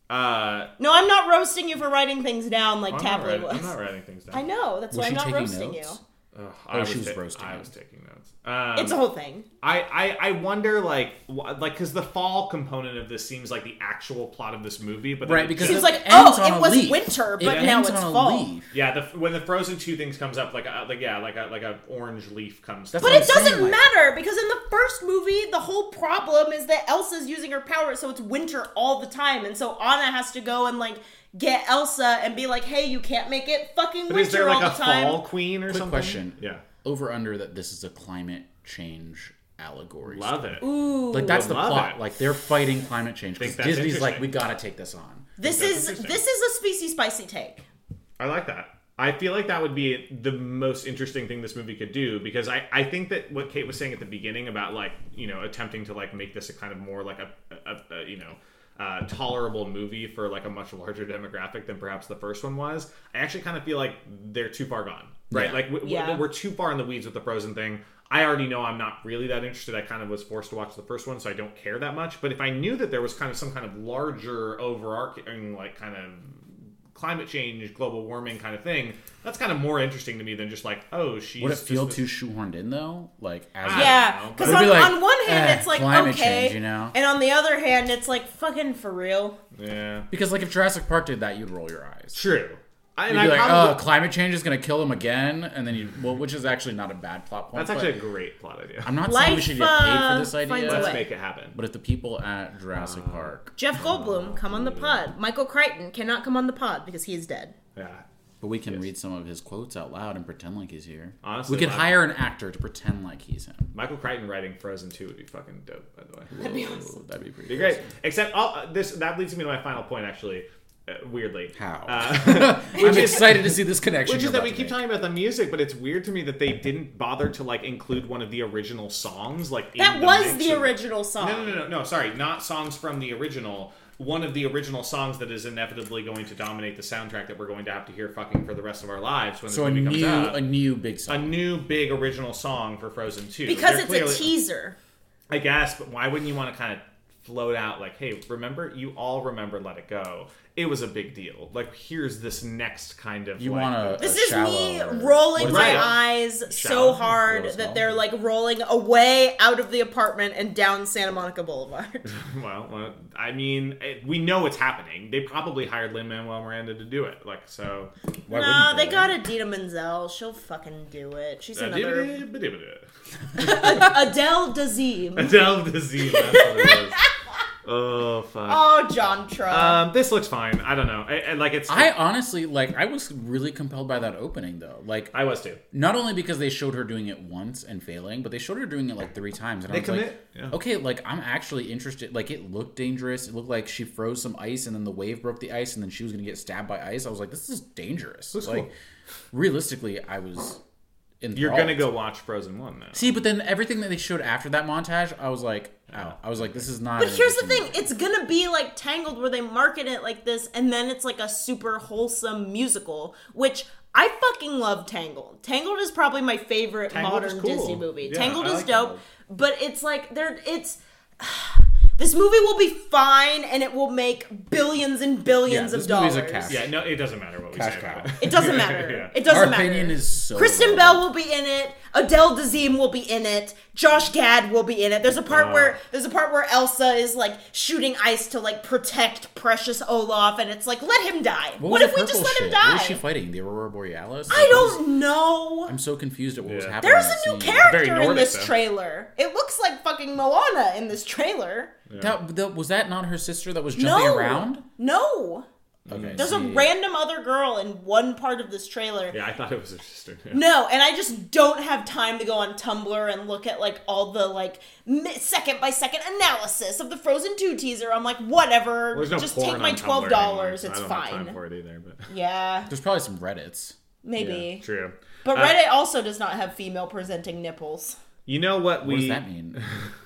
Speaker 7: Uh,
Speaker 6: No, I'm not roasting you for writing things down like
Speaker 7: I'm, not
Speaker 6: Tapley
Speaker 7: writing,
Speaker 6: was.
Speaker 7: I'm not writing things down.
Speaker 6: I know. That's why
Speaker 8: Was
Speaker 6: I'm
Speaker 8: she
Speaker 6: not
Speaker 8: taking
Speaker 6: roasting
Speaker 8: notes?
Speaker 6: you.
Speaker 7: Ugh, I
Speaker 8: Oh, she was
Speaker 7: ta-
Speaker 8: roasting
Speaker 7: I
Speaker 8: it.
Speaker 7: was taking notes. Um,
Speaker 6: It's a whole thing.
Speaker 7: I, I I wonder like wh- like because the fall component of this seems like the actual plot of this movie, but then
Speaker 8: Right,
Speaker 7: it
Speaker 8: because
Speaker 7: just-
Speaker 6: Seems like,
Speaker 8: it ends
Speaker 6: oh,
Speaker 8: on
Speaker 6: it
Speaker 8: a
Speaker 6: was
Speaker 8: leaf.
Speaker 6: winter,
Speaker 8: It
Speaker 6: but now
Speaker 8: ends
Speaker 6: it's
Speaker 8: on a
Speaker 6: fall.
Speaker 8: leaf.
Speaker 7: yeah, the, when the Frozen two things comes up, like a, like yeah, like a like a orange leaf comes.
Speaker 8: That's
Speaker 6: But
Speaker 8: what I'm
Speaker 6: it doesn't
Speaker 8: saying, like-
Speaker 6: matter because in the first movie, the whole problem is that Elsa's using her power, so it's winter all the time, and so Anna has to go and like get Elsa and be like, "Hey, you can't make it fucking
Speaker 7: But
Speaker 6: winter
Speaker 7: is there like
Speaker 6: all
Speaker 7: a
Speaker 6: the time."
Speaker 7: fall queen or something?
Speaker 8: question.
Speaker 7: Yeah,
Speaker 8: Over under that this is a climate change allegory.
Speaker 7: love it.
Speaker 8: Like that's the
Speaker 7: Love
Speaker 8: plot.
Speaker 7: it.
Speaker 8: Like they're fighting climate change. 'cause
Speaker 7: Think that's
Speaker 8: Disney's like,
Speaker 7: interesting.
Speaker 8: we gotta take this on.
Speaker 6: This
Speaker 7: That's
Speaker 6: is
Speaker 7: interesting.
Speaker 6: this is a spicy spicy take.
Speaker 7: I like that. I feel like that would be the most interesting thing this movie could do because I, I think that what Kate was saying at the beginning about like you know attempting to like make this a kind of more like a, a, a you know uh, tolerable movie for like a much larger demographic than perhaps the first one was. I actually kind of feel like they're too far gone, right?
Speaker 8: Yeah.
Speaker 7: Like w- w-
Speaker 6: Yeah.
Speaker 7: we're too far in the weeds with the Frozen thing. I already know I'm not really that interested. I kind of was forced to watch the first one, so I don't care that much. But if I knew that there was kind of some kind of larger overarching like kind of climate change, global warming kind of thing. That's kind of more interesting to me than just like, oh, she's.
Speaker 8: Would it feel
Speaker 7: just
Speaker 8: too shoehorned in though? Like as
Speaker 7: I don't
Speaker 6: Yeah,
Speaker 7: know,
Speaker 6: because
Speaker 8: but-
Speaker 6: on,
Speaker 8: It'd be like,
Speaker 6: on one hand
Speaker 8: eh,
Speaker 6: it's like
Speaker 8: climate
Speaker 6: okay,
Speaker 8: change, you know?
Speaker 6: and on the other hand it's like fucking for real.
Speaker 7: Yeah,
Speaker 8: because like if Jurassic Park did that, you'd roll your eyes.
Speaker 7: true. I, and
Speaker 8: You'd
Speaker 7: I
Speaker 8: be like,
Speaker 7: probably,
Speaker 8: oh, climate change is gonna kill them again, and then you well, which is actually not a bad plot point.
Speaker 7: that's actually a
Speaker 8: but
Speaker 7: great plot idea.
Speaker 8: I'm not saying we
Speaker 6: Life,
Speaker 8: should get paid
Speaker 6: uh,
Speaker 8: for this
Speaker 6: finds
Speaker 8: idea.
Speaker 6: a
Speaker 7: Let's
Speaker 6: way.
Speaker 7: make it happen.
Speaker 8: But if the people at Jurassic
Speaker 7: Uh,
Speaker 8: Park,
Speaker 6: Jeff Goldblum come on the pod. Michael Crichton cannot come on the pod because he's dead.
Speaker 7: Yeah.
Speaker 8: but we can read some of his quotes out loud and pretend like he's here.
Speaker 7: Honestly,
Speaker 8: we could
Speaker 7: like-
Speaker 8: hire an actor to pretend like he's him.
Speaker 7: Michael Crichton writing Frozen 2 would be fucking dope, by the way.
Speaker 6: That'd be
Speaker 8: Ooh,
Speaker 6: awesome.
Speaker 8: that'd be pretty
Speaker 7: Be great. Except all, uh, this that leads me to my final point, actually. Uh, weirdly,
Speaker 8: How?
Speaker 7: Uh,
Speaker 8: I'm excited to see this connection.
Speaker 7: Which
Speaker 8: you're
Speaker 7: is that
Speaker 8: about
Speaker 7: we
Speaker 8: to
Speaker 7: keep
Speaker 8: make.
Speaker 7: talking about the music, but it's weird to me that they didn't bother to like include one of the original songs. Like in
Speaker 6: That
Speaker 7: the
Speaker 6: was
Speaker 7: mix
Speaker 6: the
Speaker 7: of-
Speaker 6: original song.
Speaker 7: No, no, no, no, no. Sorry, not songs from the original. One of the original songs that is inevitably going to dominate the soundtrack that we're going to have to hear fucking for the rest of our lives when
Speaker 8: So a
Speaker 7: this movie comes
Speaker 8: new,
Speaker 7: out.
Speaker 8: a
Speaker 7: A-
Speaker 8: new big song.
Speaker 7: new big original song for Frozen 2.
Speaker 6: Because
Speaker 7: They're
Speaker 6: it's
Speaker 7: clearly-
Speaker 6: a teaser.
Speaker 7: I guess, but why wouldn't you want to kind of float out like, hey, remember you all remember Let It Go. It was a big deal. Like here's this next kind of
Speaker 8: You
Speaker 7: like,
Speaker 8: want to
Speaker 6: This is me
Speaker 8: shallow, or-
Speaker 6: rolling
Speaker 8: what is
Speaker 6: my
Speaker 7: it?
Speaker 6: eyes so
Speaker 7: Shallow?
Speaker 6: hard
Speaker 8: Rolls
Speaker 6: that
Speaker 8: out.
Speaker 6: they're like rolling away out of the apartment and down Santa Monica Boulevard.
Speaker 7: Well, well, I mean, it, we know it's happening. They probably hired Lin Manuel Miranda to do it. Like so.
Speaker 8: Why
Speaker 6: no,
Speaker 8: wouldn't
Speaker 6: they got Adina Menzel. She'll fucking do it. She's another Adele Dazeem.
Speaker 7: Adele disease. That's what it is. Oh fuck.
Speaker 6: Oh, John Trump.
Speaker 7: Um, this looks fine. I don't know. I, I- like it's.
Speaker 8: I honestly like. I was really compelled by that opening though. Like,
Speaker 7: I was too.
Speaker 8: not only because they showed her doing it once and failing, but they showed her doing it like three times. And
Speaker 7: They
Speaker 8: I was like,
Speaker 7: commit, yeah.
Speaker 8: okay, like I'm actually interested. Like it looked dangerous. It looked like she froze some ice and then the wave broke the ice and then she was gonna get stabbed by ice. I was like, this is dangerous.
Speaker 7: Looks
Speaker 8: like
Speaker 7: cool.
Speaker 8: realistically, I was. Enthralled.
Speaker 7: You're gonna go watch Frozen One though.
Speaker 8: see, but then everything that they showed after that montage, I was like, oh, I was like, this is not.
Speaker 6: But
Speaker 8: an
Speaker 6: here's the
Speaker 8: interesting-
Speaker 6: thing, it's gonna be like Tangled where they market it like this, and then it's like a super wholesome musical, which I fucking love Tangled. Tangled is probably my favorite
Speaker 7: Tangled is
Speaker 6: modern
Speaker 7: cool.
Speaker 6: Disney movie.
Speaker 7: Yeah,
Speaker 6: Tangled
Speaker 7: I
Speaker 6: is
Speaker 7: like
Speaker 6: dope,
Speaker 7: Tangled.
Speaker 6: but it's like there it's this movie will be fine and it will make billions and billions
Speaker 8: Yeah,
Speaker 6: of
Speaker 8: this movie's
Speaker 6: dollars.
Speaker 8: a cash.
Speaker 7: Yeah, no, it doesn't matter what we
Speaker 8: Cash
Speaker 7: say.
Speaker 8: cow.
Speaker 7: About it.
Speaker 6: It doesn't matter.
Speaker 7: Yeah.
Speaker 6: It doesn't
Speaker 8: Our
Speaker 6: matter.
Speaker 8: opinion is so
Speaker 6: Kristen
Speaker 8: low.
Speaker 6: Bell will be in it. Adele Dazeem will be in it. Josh Gad will be in it. There's a part where there's a part where Elsa is like shooting ice to like protect precious Olaf, and it's like let him die. What,
Speaker 8: was
Speaker 6: if
Speaker 8: the
Speaker 6: we just
Speaker 8: purple
Speaker 6: let him
Speaker 8: shit? What was
Speaker 6: die?
Speaker 8: she fighting? The Aurora Borealis?
Speaker 6: I don't know.
Speaker 8: I'm so confused at what was
Speaker 7: Yeah.
Speaker 8: happening.
Speaker 6: There's
Speaker 8: in that
Speaker 6: a new
Speaker 8: scene.
Speaker 6: character
Speaker 7: Very Nordic,
Speaker 6: in this
Speaker 7: though.
Speaker 6: trailer. It looks like fucking Moana in this trailer.
Speaker 8: That, that was that not her sister that was jumping
Speaker 6: no,
Speaker 8: around?
Speaker 7: Mm.
Speaker 6: no.
Speaker 8: Okay.
Speaker 6: There's a
Speaker 8: see.
Speaker 6: random other girl in one part of this trailer.
Speaker 7: Yeah, I thought it was her sister. Yeah.
Speaker 6: No, and I just don't have time to go on Tumblr and look at like all the like mi- second by second analysis of the Frozen Two teaser. I'm like, whatever,
Speaker 7: There's no
Speaker 6: just
Speaker 7: porn
Speaker 6: take my
Speaker 7: on Tumblr
Speaker 6: twelve dollars.
Speaker 7: anymore,
Speaker 6: It's
Speaker 7: so I don't Have time
Speaker 6: fine.
Speaker 7: for it either, but
Speaker 6: Yeah,
Speaker 8: There's probably some Reddits.
Speaker 6: maybe.
Speaker 7: true.
Speaker 6: But
Speaker 7: Uh,
Speaker 6: Reddit also does not have female presenting nipples.
Speaker 7: You know what we?
Speaker 8: What does that mean?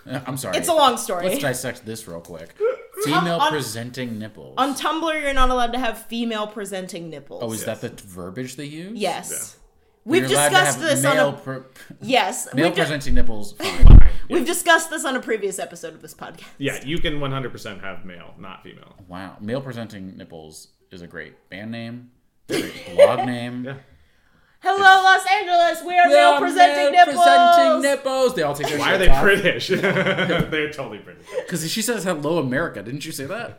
Speaker 8: Uh, I'm sorry.
Speaker 6: It's a long story.
Speaker 8: Let's dissect this real quick. Female presenting nipples.
Speaker 6: on Tumblr, you're not allowed to have female presenting nipples.
Speaker 8: oh, is that the t- verbiage they use?
Speaker 6: yes.
Speaker 8: You're
Speaker 6: We've
Speaker 8: allowed to
Speaker 6: discussed
Speaker 8: have
Speaker 6: this on
Speaker 8: male
Speaker 6: a
Speaker 8: pre-
Speaker 6: yes.
Speaker 8: male
Speaker 6: we've, di-
Speaker 8: presenting nipples. Fine.
Speaker 6: we've discussed this on a previous episode of this podcast.
Speaker 7: Yeah, you can 100% have male, not female.
Speaker 8: wow. Male presenting nipples is a great band name. Great blog name.
Speaker 7: Yeah.
Speaker 6: Hello, Los Angeles. We are male presenting
Speaker 8: Male
Speaker 6: nipples.
Speaker 8: presenting nipples. They all take their
Speaker 7: Why are they British? They're totally British.
Speaker 8: Because she says hello America. Didn't you say that?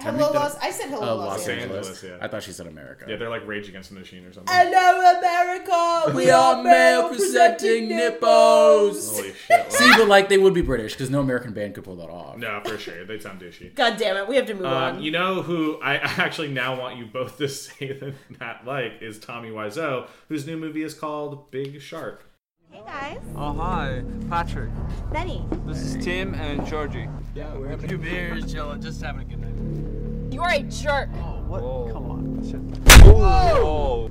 Speaker 6: Hello, Los. I said hello,
Speaker 8: Uh,
Speaker 6: Los,
Speaker 8: Los
Speaker 6: Angeles.
Speaker 8: Angeles.
Speaker 7: Angeles, yeah.
Speaker 8: I thought she said America.
Speaker 7: Yeah, they're like Rage Against the Machine or something.
Speaker 6: Hello, America.
Speaker 8: We are male presenting nipples.
Speaker 7: Holy shit.
Speaker 8: See, but like they would be British because no American band could pull that off.
Speaker 7: No, for sure. They sound douchey.
Speaker 6: God damn it. We have to move
Speaker 7: Um,
Speaker 6: on.
Speaker 7: you know who I actually now want you both to say that not like is Tommy Wiseau, whose new movie is called Big Shark.
Speaker 4: Hey guys,
Speaker 9: Oh, hi, Patrick.
Speaker 4: Benny.
Speaker 9: This is Tim and Georgie. Yeah, we're having two beers, chilling, just having a good night.
Speaker 4: You are a jerk.
Speaker 9: Oh, what? Come on.
Speaker 4: Whoa.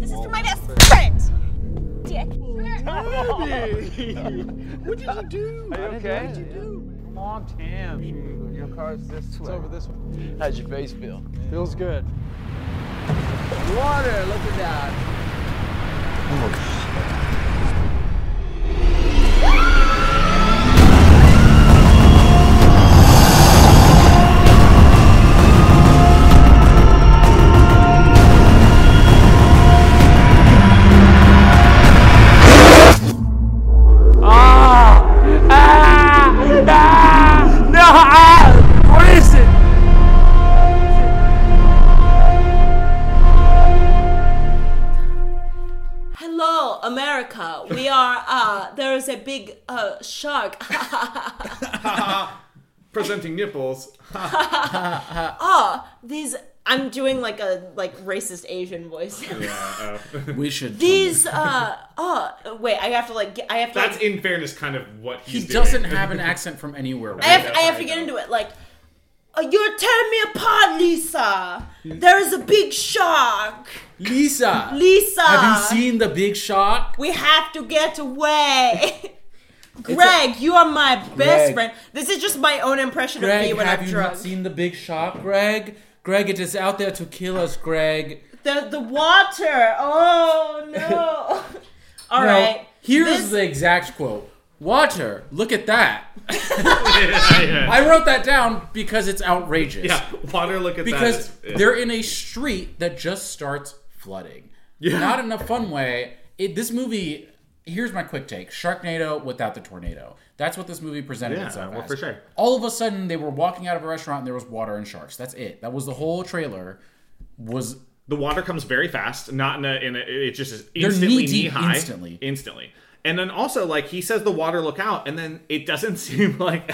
Speaker 4: This is for my best friend. Dick.
Speaker 9: what did you do? Are you okay? What did you do? Mom, Tim. Your car's this way. It's over this way. How's your face feel? Feels good. Water, look at that.
Speaker 6: Hello, America. We are, uh, there is a big, uh, shark.
Speaker 7: Presenting nipples.
Speaker 6: These, I'm doing like a, like, racist Asian voice.
Speaker 7: Yeah, uh,
Speaker 8: We should.
Speaker 6: These, uh, oh, wait, I have to, like, get, I have to,
Speaker 7: that's
Speaker 6: like,
Speaker 7: in fairness kind of what
Speaker 8: he
Speaker 7: he's doing.
Speaker 8: doesn't have an accent from anywhere. Right?
Speaker 6: I have, I have to get into it. Like, uh, you're tearing me apart, Lisa.
Speaker 8: Hmm.
Speaker 6: There is a big shark.
Speaker 8: Lisa.
Speaker 6: Lisa.
Speaker 8: Have you seen the Big Shock?
Speaker 6: We have to get away. Greg, you are my best
Speaker 8: Greg.
Speaker 6: friend. This is just my own impression of me
Speaker 8: Greg,
Speaker 6: when
Speaker 8: have
Speaker 6: I'm
Speaker 8: you
Speaker 6: drunk.
Speaker 8: not seen the Big Shock, Greg? Greg, it is out there to kill us, Greg.
Speaker 6: the the water. Oh no. All right.
Speaker 8: Here's
Speaker 6: This-
Speaker 8: the exact quote. Water. Look at that.
Speaker 7: yeah, yeah.
Speaker 8: I wrote that down because it's outrageous.
Speaker 7: yeah, water. Look at
Speaker 8: Because
Speaker 7: that. It's-
Speaker 8: they're in a street that just starts flooding. Not in a fun way. It, this movie. Here's my quick take: Sharknado without the tornado. That's what this movie presented
Speaker 7: Yeah,
Speaker 8: itself
Speaker 7: well,
Speaker 8: as.
Speaker 7: for sure.
Speaker 8: All of a sudden, they were walking out of a restaurant and there was water and sharks. That's it. That was the whole trailer. Was
Speaker 7: the water comes very fast. Not in a. In a it just is
Speaker 8: They're
Speaker 7: instantly
Speaker 8: knee-deep,
Speaker 7: knee high.
Speaker 8: instantly.
Speaker 7: Instantly. And then also, like he says, the water look out, and then it doesn't seem like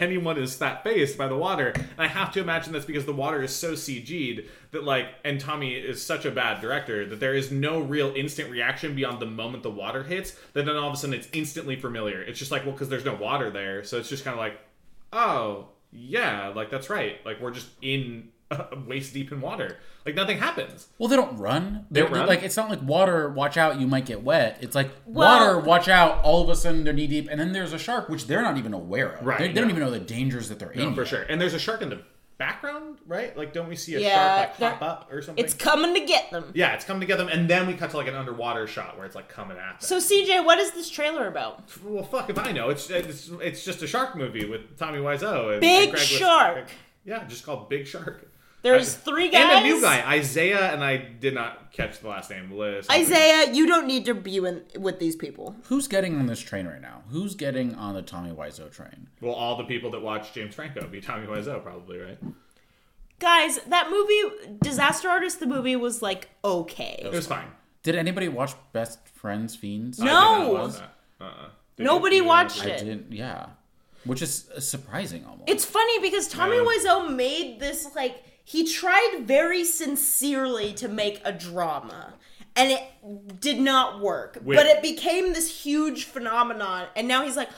Speaker 7: anyone is that faced by the water. And I have to imagine that's because the water is so CG'd that, like, and Tommy is such a bad director that there is no real instant reaction beyond the moment the water hits. That then all of a sudden it's instantly familiar. It's just like, well, because there's no water there, so it's just kind of like, oh yeah, like that's right. Like we're just in waist deep in water. Like nothing happens.
Speaker 8: Well, they don't run. They, are
Speaker 7: run?
Speaker 8: like it's not like water. Watch out, you might get wet. It's like
Speaker 6: Well-
Speaker 8: water. Watch out. All of a sudden, they're knee deep, and then there's a shark, which they're not even aware of.
Speaker 7: Right,
Speaker 8: They, they don't
Speaker 7: yeah.
Speaker 8: even know the dangers that they're in.
Speaker 7: Oh, for
Speaker 8: yet.
Speaker 7: sure. And there's a shark in the background, right? Like, don't we see a
Speaker 6: Yeah,
Speaker 7: shark
Speaker 6: there-
Speaker 7: like, pop up or something?
Speaker 6: It's coming to get them.
Speaker 7: yeah, it's coming to get them, and then we cut to like an underwater shot where it's like coming at them.
Speaker 6: So CJ, what is this trailer about?
Speaker 7: well, fuck if I know. It's it's, it's just a shark movie with Tommy Wiseau and
Speaker 6: Big
Speaker 7: and Greg Wis-
Speaker 6: Shark.
Speaker 7: yeah, just called Big Shark.
Speaker 6: There's
Speaker 7: Uh,
Speaker 6: three guys.
Speaker 7: And a new guy, Isaiah, and I did not catch the last name. Liz.
Speaker 6: Isaiah, you don't need to be in, with these people.
Speaker 8: Who's getting on this train right now? Who's getting on the Tommy Wiseau train?
Speaker 7: Well, all the people that watch James Franco be Tommy Wiseau, probably, right?
Speaker 6: Guys, that movie, Disaster Artist, the movie was like okay.
Speaker 7: It was fine.
Speaker 8: Did anybody watch Best Friends Fiends?
Speaker 6: No,
Speaker 7: Uh, uh-uh. Did
Speaker 6: nobody
Speaker 7: you-
Speaker 6: watched
Speaker 8: I
Speaker 6: it.
Speaker 8: didn't. Yeah, which is uh, surprising almost.
Speaker 6: It's funny because Tommy Wiseau made this like he tried very sincerely to make a drama. And it did not work.
Speaker 7: Wait.
Speaker 6: But it became this huge phenomenon. And now he's like,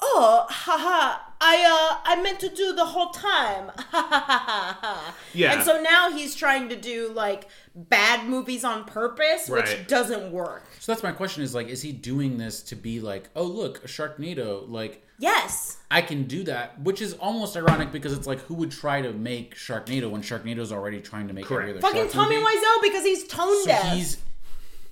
Speaker 6: oh, haha, I uh I meant to do the whole time. Ha ha ha ha ha.
Speaker 7: Yeah.
Speaker 6: And so now he's trying to do like bad movies on purpose,
Speaker 7: Right.
Speaker 6: which doesn't work.
Speaker 8: so that's my question: is like, is he doing this to be like, oh look, a Sharknado? Like,
Speaker 6: Yes.
Speaker 8: I can do that, which is almost ironic because it's like who would try to make Sharknado when Sharknado's already trying to make
Speaker 7: Correct.
Speaker 8: every other
Speaker 6: Fucking
Speaker 8: shark
Speaker 6: Tommy
Speaker 8: movie?
Speaker 6: Wiseau because he's tone
Speaker 8: So
Speaker 6: deaf.
Speaker 8: he's,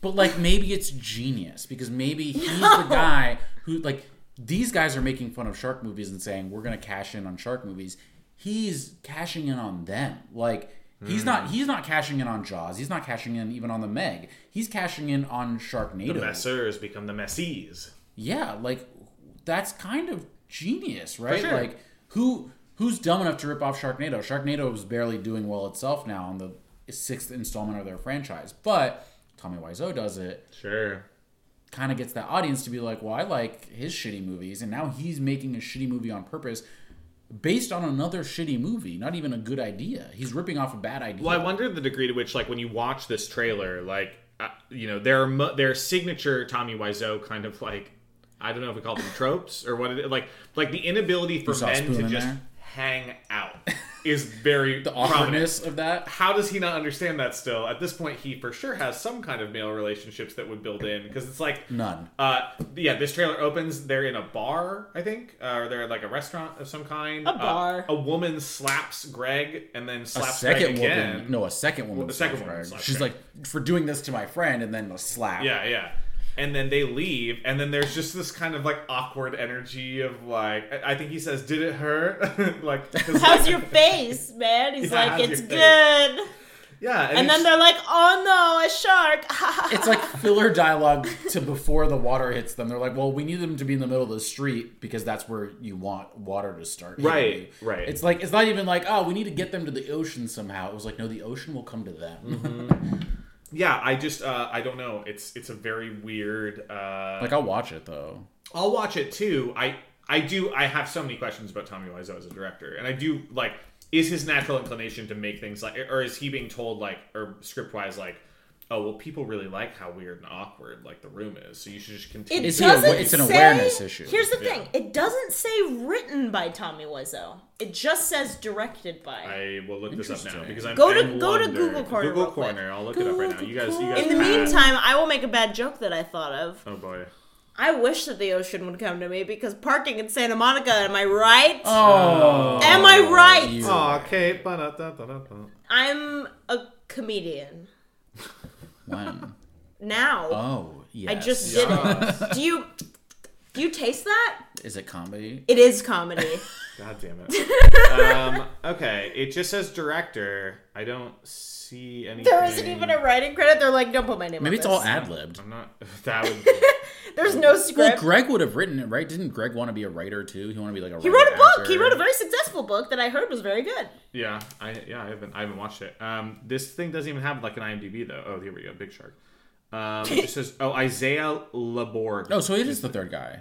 Speaker 8: but like maybe it's genius because maybe he's the guy who like these guys are making fun of shark movies and saying we're gonna cash in on shark movies. He's cashing in on them. Like he's not he's not cashing in on Jaws. He's not cashing in even on the Meg. He's cashing in on Sharknado.
Speaker 7: The messers become the messees.
Speaker 8: Yeah, like that's kind of genius, right?
Speaker 7: sure.
Speaker 8: Like who who's dumb enough to rip off Sharknado? Sharknado is barely doing well itself now on the sixth installment of their franchise, but Tommy Wiseau does it.
Speaker 7: Sure.
Speaker 8: Kind of gets that audience to be like, "Well, I like his shitty movies," and now he's making a shitty movie on purpose, based on another shitty movie. Not even a good idea. He's ripping off a bad idea.
Speaker 7: Well, I wonder the degree to which, like, when you watch this trailer, like, uh, you know, their mo- their signature Tommy Wiseau kind of like, I don't know if we call them tropes or what, it, like, like the inability for
Speaker 8: saw
Speaker 7: men
Speaker 8: Spoon
Speaker 7: to
Speaker 8: in
Speaker 7: just
Speaker 8: there?
Speaker 7: hang out is very
Speaker 8: the
Speaker 7: prominent.
Speaker 8: awkwardness of that.
Speaker 7: How does he not understand that still? At this point, he for sure has some kind of male relationships that would build in because it's like
Speaker 8: None.
Speaker 7: Uh, yeah, this trailer opens. They're in a bar, I think, uh, or they're at like a restaurant of some kind.
Speaker 6: A
Speaker 7: Uh,
Speaker 6: bar.
Speaker 7: a woman slaps Greg and then
Speaker 8: a
Speaker 7: slaps Greg
Speaker 8: second
Speaker 7: again.
Speaker 8: woman. No, a second woman.
Speaker 7: the second
Speaker 8: slapped
Speaker 7: woman
Speaker 8: Greg.
Speaker 7: slapped
Speaker 8: She's
Speaker 7: Greg.
Speaker 8: like, for doing this to my friend, and then a slap.
Speaker 7: Yeah, yeah. And then they leave, and then there's just this kind of like awkward energy of like, I I think he says, "Did it hurt?" like, 'cause-
Speaker 6: How's your face, man? He's
Speaker 7: Yeah, how's
Speaker 6: like, it's
Speaker 7: your face?
Speaker 6: good.
Speaker 7: yeah,
Speaker 6: And
Speaker 7: it's-
Speaker 6: then they're like, oh no, a shark.
Speaker 8: It's like filler dialogue to before the water hits them. They're like, well, we need them to be in the middle of the street because that's where you want water to start. hitting
Speaker 7: Right,
Speaker 8: you.
Speaker 7: right.
Speaker 8: It's like it's not even like, oh, we need to get them to the ocean somehow. It was like, no, the ocean will come to them.
Speaker 7: yeah, I just, uh, I don't know. It's it's a very weird. Uh,
Speaker 8: Like I'll watch it though.
Speaker 7: I'll watch it too. I I do. I have so many questions about Tommy Wiseau as a director, and I do like is his natural inclination to make things like, or is he being told like, or script wise like, oh well, people really like how weird and awkward like the room is, so you should just continue.
Speaker 8: It's- awa- it's an awareness issue.
Speaker 6: Here's the thing: it doesn't say written by Tommy Wiseau. It just says directed by.
Speaker 7: I will look this up now
Speaker 8: Interesting.
Speaker 7: because I'm
Speaker 6: Go to-
Speaker 7: I'm
Speaker 6: go to
Speaker 7: wondered.
Speaker 6: Google Corner
Speaker 7: Google
Speaker 6: real quick.
Speaker 7: Corner. I'll look it up right now. You guys, you guys.
Speaker 6: In the
Speaker 7: can-
Speaker 6: meantime, I will make a bad joke that I thought of.
Speaker 7: oh boy.
Speaker 6: I wish that the ocean would come to me because parking in Santa Monica. Am I right?
Speaker 8: Oh,
Speaker 6: am I right?
Speaker 8: you-
Speaker 7: Okay.
Speaker 6: I'm a comedian
Speaker 8: When?
Speaker 6: now.
Speaker 8: Oh, yes.
Speaker 6: I just did it. Do you? You taste that?
Speaker 8: Is it comedy?
Speaker 6: It is comedy.
Speaker 7: God damn it. um, okay, it just says director. I don't see anything.
Speaker 6: There isn't even a writing credit. They're like, don't put my name. on
Speaker 8: Maybe it's
Speaker 6: this."
Speaker 8: all ad libbed.
Speaker 7: I'm not. That would.
Speaker 6: There's no
Speaker 8: Well,
Speaker 6: script.
Speaker 8: Greg would have written it, right? Didn't Greg want to be a writer too? He wanted to be like a.
Speaker 6: he wrote a book. He wrote a very successful book that I heard was very good.
Speaker 7: Yeah, I yeah I haven't I haven't watched it. Um, this thing doesn't even have like an IMDb though. Oh, here we go. Big Shark. Um, it says oh Isaiah Laborde.
Speaker 8: Oh, so it is the third guy.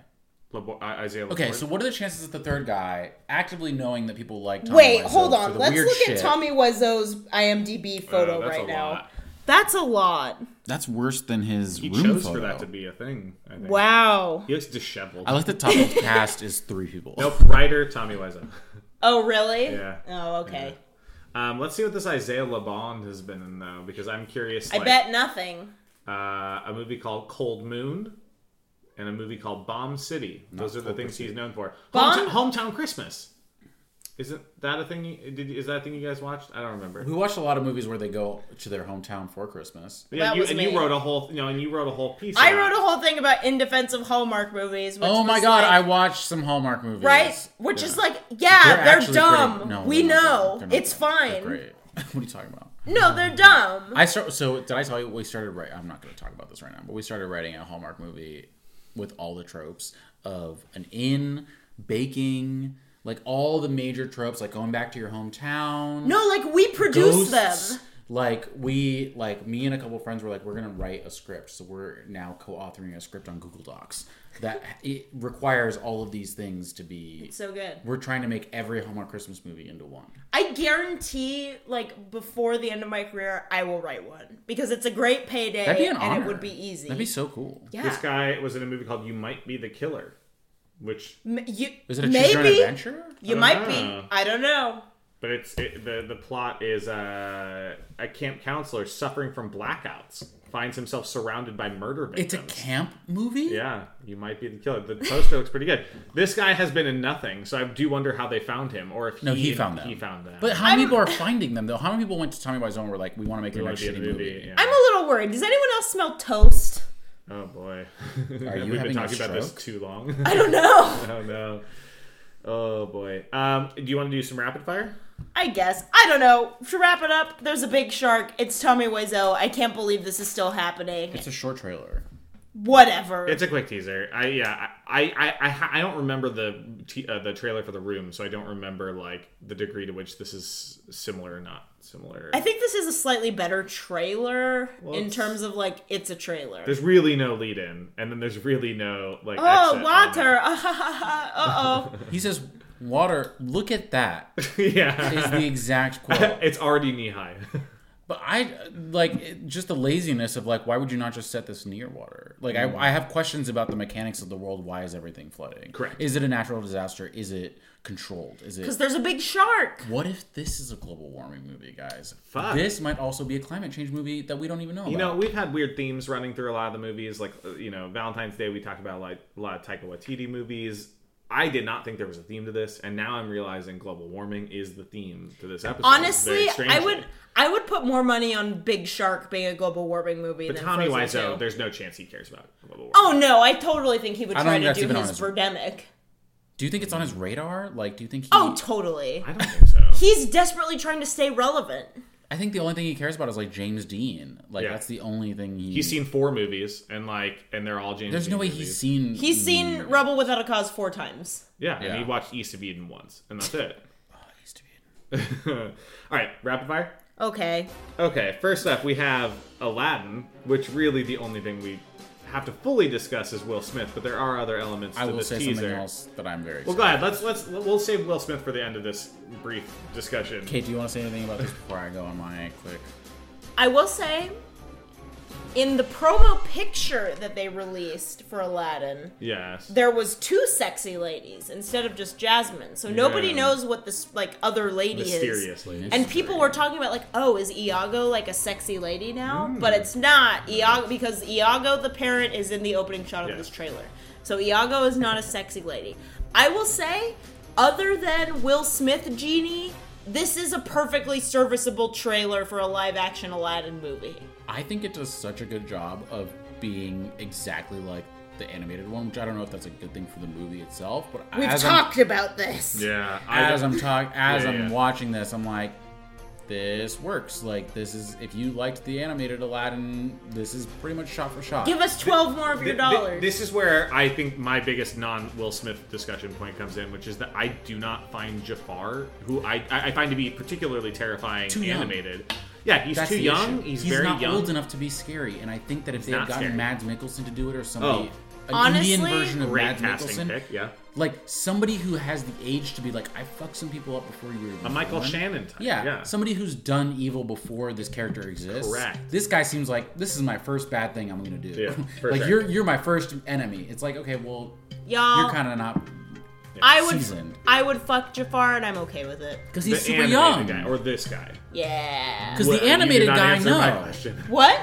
Speaker 7: Labor- I- Isaiah.
Speaker 8: Okay,
Speaker 7: Laborde.
Speaker 8: so what are the chances that the third guy, actively knowing that people like Tommy
Speaker 6: Wait,
Speaker 8: Wiseau
Speaker 6: hold
Speaker 8: for
Speaker 6: on.
Speaker 8: the
Speaker 6: Let's
Speaker 8: weird
Speaker 6: look at
Speaker 8: shit-
Speaker 6: Tommy Wiseau's IMDb
Speaker 7: Uh,
Speaker 6: photo
Speaker 7: that's
Speaker 6: right
Speaker 7: a
Speaker 6: now.
Speaker 7: lot.
Speaker 6: That's a lot.
Speaker 8: That's worse than his
Speaker 7: He
Speaker 8: room
Speaker 7: chose
Speaker 8: photo.
Speaker 7: for that to be a thing. I think.
Speaker 6: Wow.
Speaker 7: He looks disheveled.
Speaker 8: I like the top of the cast is three people.
Speaker 7: nope. Writer Tommy Wiseau.
Speaker 6: Oh, really?
Speaker 7: Yeah.
Speaker 6: Oh, okay.
Speaker 7: Um, let's see what this Isaiah Labonde has been in though, because I'm curious.
Speaker 6: I
Speaker 7: like,
Speaker 6: bet nothing.
Speaker 7: uh, a movie called Cold Moon and a movie called Bomb City. Those are the things he's known for.
Speaker 6: Bomb-
Speaker 7: Hometown, Hometown Christmas. Isn't that a thing? You, did, is that a thing you guys watched? I don't remember.
Speaker 8: We watch a lot of movies where they go to their hometown for Christmas.
Speaker 7: Yeah,
Speaker 6: That
Speaker 7: you,
Speaker 6: was
Speaker 7: and
Speaker 6: me.
Speaker 7: you wrote a whole, you know, and you wrote a whole piece.
Speaker 6: I
Speaker 7: about
Speaker 6: wrote
Speaker 7: it.
Speaker 6: a whole thing about in defense of Hallmark movies. Which
Speaker 8: Oh my
Speaker 6: was
Speaker 8: god,
Speaker 6: like-
Speaker 8: I watched some Hallmark movies.
Speaker 6: right, which is like, yeah,
Speaker 8: They're
Speaker 6: they're,
Speaker 8: actually
Speaker 6: dumb.
Speaker 8: great. No,
Speaker 6: we
Speaker 8: they're not
Speaker 6: know
Speaker 8: dumb. They're not
Speaker 6: it's
Speaker 8: dumb. They're
Speaker 6: fine.
Speaker 8: great. what are you talking about?
Speaker 6: No, they're dumb.
Speaker 8: I start. So did I tell you we started? Right, I'm not going to talk about this right now, but we started writing a Hallmark movie with all the tropes of an inn, baking, like all the major tropes, like going back to your hometown.
Speaker 6: no, like we produce
Speaker 8: ghosts.
Speaker 6: them.
Speaker 8: Like we, like me and a couple friends were like, we're gonna write a script, so we're now co-authoring a script on Google Docs that it requires all of these things to be.
Speaker 6: So good.
Speaker 8: we're trying to make every Hallmark Christmas movie into one.
Speaker 6: I guarantee, like before the end of my career, I will write one because it's a great payday
Speaker 8: That'd be an honor.
Speaker 6: and it would be easy.
Speaker 8: That'd be so cool.
Speaker 6: yeah.
Speaker 7: This guy was in a movie called You Might Be the Killer, which,
Speaker 6: M- you,
Speaker 8: Is it a choose
Speaker 6: maybe
Speaker 8: your own adventure?
Speaker 6: you
Speaker 7: don't
Speaker 6: might
Speaker 7: know.
Speaker 6: be. I don't know.
Speaker 7: but it's it, the the plot is uh, a camp counselor suffering from blackouts finds himself surrounded by murder victims.
Speaker 8: It's a camp movie.
Speaker 7: Yeah, you might be the killer. The poster looks pretty good. This guy has been in nothing, so I do wonder how they found him, or if
Speaker 8: No, he,
Speaker 7: in-
Speaker 8: found them.
Speaker 7: He found them.
Speaker 8: But how many people are finding them though? How many people went to Tommy Wiseau and were like, "We want to make your
Speaker 7: It would
Speaker 8: next
Speaker 7: be a
Speaker 8: shitty movie"?
Speaker 7: yeah.
Speaker 6: I'm a little worried. Does anyone else smell toast?
Speaker 7: Oh boy,
Speaker 8: you
Speaker 7: we've
Speaker 8: having
Speaker 7: been
Speaker 8: a
Speaker 7: talking about this
Speaker 8: stroke?
Speaker 7: too long.
Speaker 6: I don't know.
Speaker 7: oh no. Oh boy. Um, do you want to do some rapid fire?
Speaker 6: I guess. I don't know. To wrap it up, there's a big shark. It's Tommy Wiseau. I can't believe this is still happening.
Speaker 8: It's a short trailer.
Speaker 6: Whatever.
Speaker 7: It's a quick teaser. I yeah. I I I, ha- I don't remember the t- uh, the trailer for the room, so I don't remember like the degree to which this is similar or not similar.
Speaker 6: I think this is a slightly better trailer in
Speaker 7: it's-
Speaker 6: terms of like it's a trailer.
Speaker 7: there's really no lead in, and then there's really no like.
Speaker 6: Oh,
Speaker 7: exit on
Speaker 6: water. uh oh.
Speaker 8: He says, "Water, look at that."
Speaker 7: it. yeah.
Speaker 8: Is the exact quote.
Speaker 7: it's already knee high.
Speaker 8: But I like it- just the laziness of like, why would you not just set this near water? Like,
Speaker 7: Mm-hmm.
Speaker 8: I, I have questions about the mechanics of the world. Why is everything flooding?
Speaker 7: Correct.
Speaker 8: Is it a natural disaster? Is it controlled? Is
Speaker 6: Because
Speaker 8: it?
Speaker 6: there's a big shark.
Speaker 8: What if this is a global warming movie, guys?
Speaker 7: Fuck.
Speaker 8: This might also be a climate change movie that we don't even know.
Speaker 7: you know,
Speaker 8: about.
Speaker 7: we've had weird themes running through a lot of the movies. Like uh, you know, Valentine's Day, we talked about like a lot of Taika Waititi movies. I did not think there was a theme to this, and now I'm realizing global warming is the theme to this episode.
Speaker 6: Honestly,
Speaker 7: Very
Speaker 6: I
Speaker 7: strangely.
Speaker 6: would I would put more money on Big Shark being a global warming movie
Speaker 7: But
Speaker 6: than
Speaker 7: Tommy
Speaker 6: Frozen
Speaker 7: Wiseau,
Speaker 6: 2.
Speaker 7: there's no chance he cares about global warming.
Speaker 6: Oh no, I totally think he would
Speaker 8: I don't
Speaker 6: try
Speaker 8: think
Speaker 6: to
Speaker 8: that's
Speaker 6: do
Speaker 8: even on
Speaker 6: his
Speaker 8: his-
Speaker 6: Birdemic.
Speaker 8: do you think it's on his radar? Like, do you think? He,
Speaker 6: Oh, totally.
Speaker 7: I don't think so.
Speaker 6: He's desperately trying to stay relevant.
Speaker 8: I think the only thing he cares about is like James Dean. Like,
Speaker 7: Yeah.
Speaker 8: that's the only thing he.
Speaker 7: he's seen four movies, and like, and they're all James.
Speaker 8: There's no
Speaker 7: Dean
Speaker 8: way
Speaker 7: movies.
Speaker 8: he's seen.
Speaker 6: He's seen Rebel Without a Cause four times.
Speaker 7: Yeah,
Speaker 8: Yeah.
Speaker 7: and he watched East of Eden once, and that's it. all right, rapid fire.
Speaker 6: Okay.
Speaker 7: Okay, first up we have Aladdin, which really the only thing we have to fully discuss is Will Smith, but there are other elements
Speaker 8: I
Speaker 7: to
Speaker 8: will
Speaker 7: this
Speaker 8: say
Speaker 7: teaser.
Speaker 8: something else that I'm very.
Speaker 7: Well, go ahead. Let's let's we'll save Will Smith for the end of this brief discussion.
Speaker 8: Kate, do you want to say anything about this before I go on my quick?
Speaker 6: I will say, in the promo picture that they released for Aladdin,
Speaker 7: Yes.
Speaker 6: there was two sexy ladies instead of just Jasmine. So nobody
Speaker 7: Yeah.
Speaker 6: knows what this like other lady is.
Speaker 7: Mysteriously.
Speaker 6: And people were talking about like, oh, is Iago like a sexy lady now?
Speaker 7: Mm.
Speaker 6: But it's not Iago because Iago the parent is in the opening shot of
Speaker 7: Yeah.
Speaker 6: this trailer. So Iago is not a sexy lady. I will say, other than Will Smith genie, this is a perfectly serviceable trailer for a live action Aladdin movie.
Speaker 8: I think it does such a good job of being exactly like the the animated one, which I don't know if that's a good thing for the movie itself. But
Speaker 6: We've
Speaker 8: as I'm-
Speaker 6: talked about this.
Speaker 7: Yeah.
Speaker 8: as I'm talk as
Speaker 7: Yeah,
Speaker 8: I'm
Speaker 7: yeah.
Speaker 8: watching this, I'm like, this works. Like this is if you liked the animated Aladdin, this is pretty much shot for shot.
Speaker 6: Give us 12 more of your
Speaker 7: Th- th-
Speaker 6: dollars.
Speaker 7: This is where I think my biggest non Will Smith discussion point comes in, which is that I do not find Jafar, who I I I find to be particularly terrifying,
Speaker 8: Too young.
Speaker 7: animated. Yeah, he's
Speaker 8: That's
Speaker 7: too
Speaker 8: the
Speaker 7: young.
Speaker 8: issue.
Speaker 7: He's, very
Speaker 8: not
Speaker 7: young.
Speaker 8: old enough to be scary, and I think that if they had
Speaker 7: not
Speaker 8: gotten
Speaker 7: scary. Oh.
Speaker 8: Mads Mikkelsen to do it or somebody, an
Speaker 6: Honestly,
Speaker 8: Indian version of
Speaker 7: Great
Speaker 8: Mads
Speaker 7: casting
Speaker 8: Mikkelsen,
Speaker 7: pick. Yeah,
Speaker 8: like somebody who has the age to be like, I fucked some people up before you were even
Speaker 7: a Michael
Speaker 8: born."
Speaker 7: Shannon type.
Speaker 8: Yeah,
Speaker 7: yeah.
Speaker 8: somebody who's done evil before this character exists.
Speaker 7: Correct.
Speaker 8: This guy seems like this is my first bad thing I'm gonna do.
Speaker 7: Yeah, for
Speaker 8: like
Speaker 7: sure.
Speaker 8: you're you're my first enemy. It's like okay, well
Speaker 6: Y'all,
Speaker 8: you're kind of not
Speaker 6: I would
Speaker 8: seasoned.
Speaker 6: I would fuck Jafar and I'm okay with it.
Speaker 8: because he's
Speaker 7: The
Speaker 8: super
Speaker 7: animated
Speaker 8: young.
Speaker 7: guy or this guy.
Speaker 6: Yeah.
Speaker 8: Because
Speaker 7: Well,
Speaker 8: the
Speaker 7: you did
Speaker 8: animated
Speaker 7: not
Speaker 8: guy,
Speaker 7: answer my
Speaker 8: no,
Speaker 7: question.
Speaker 6: What?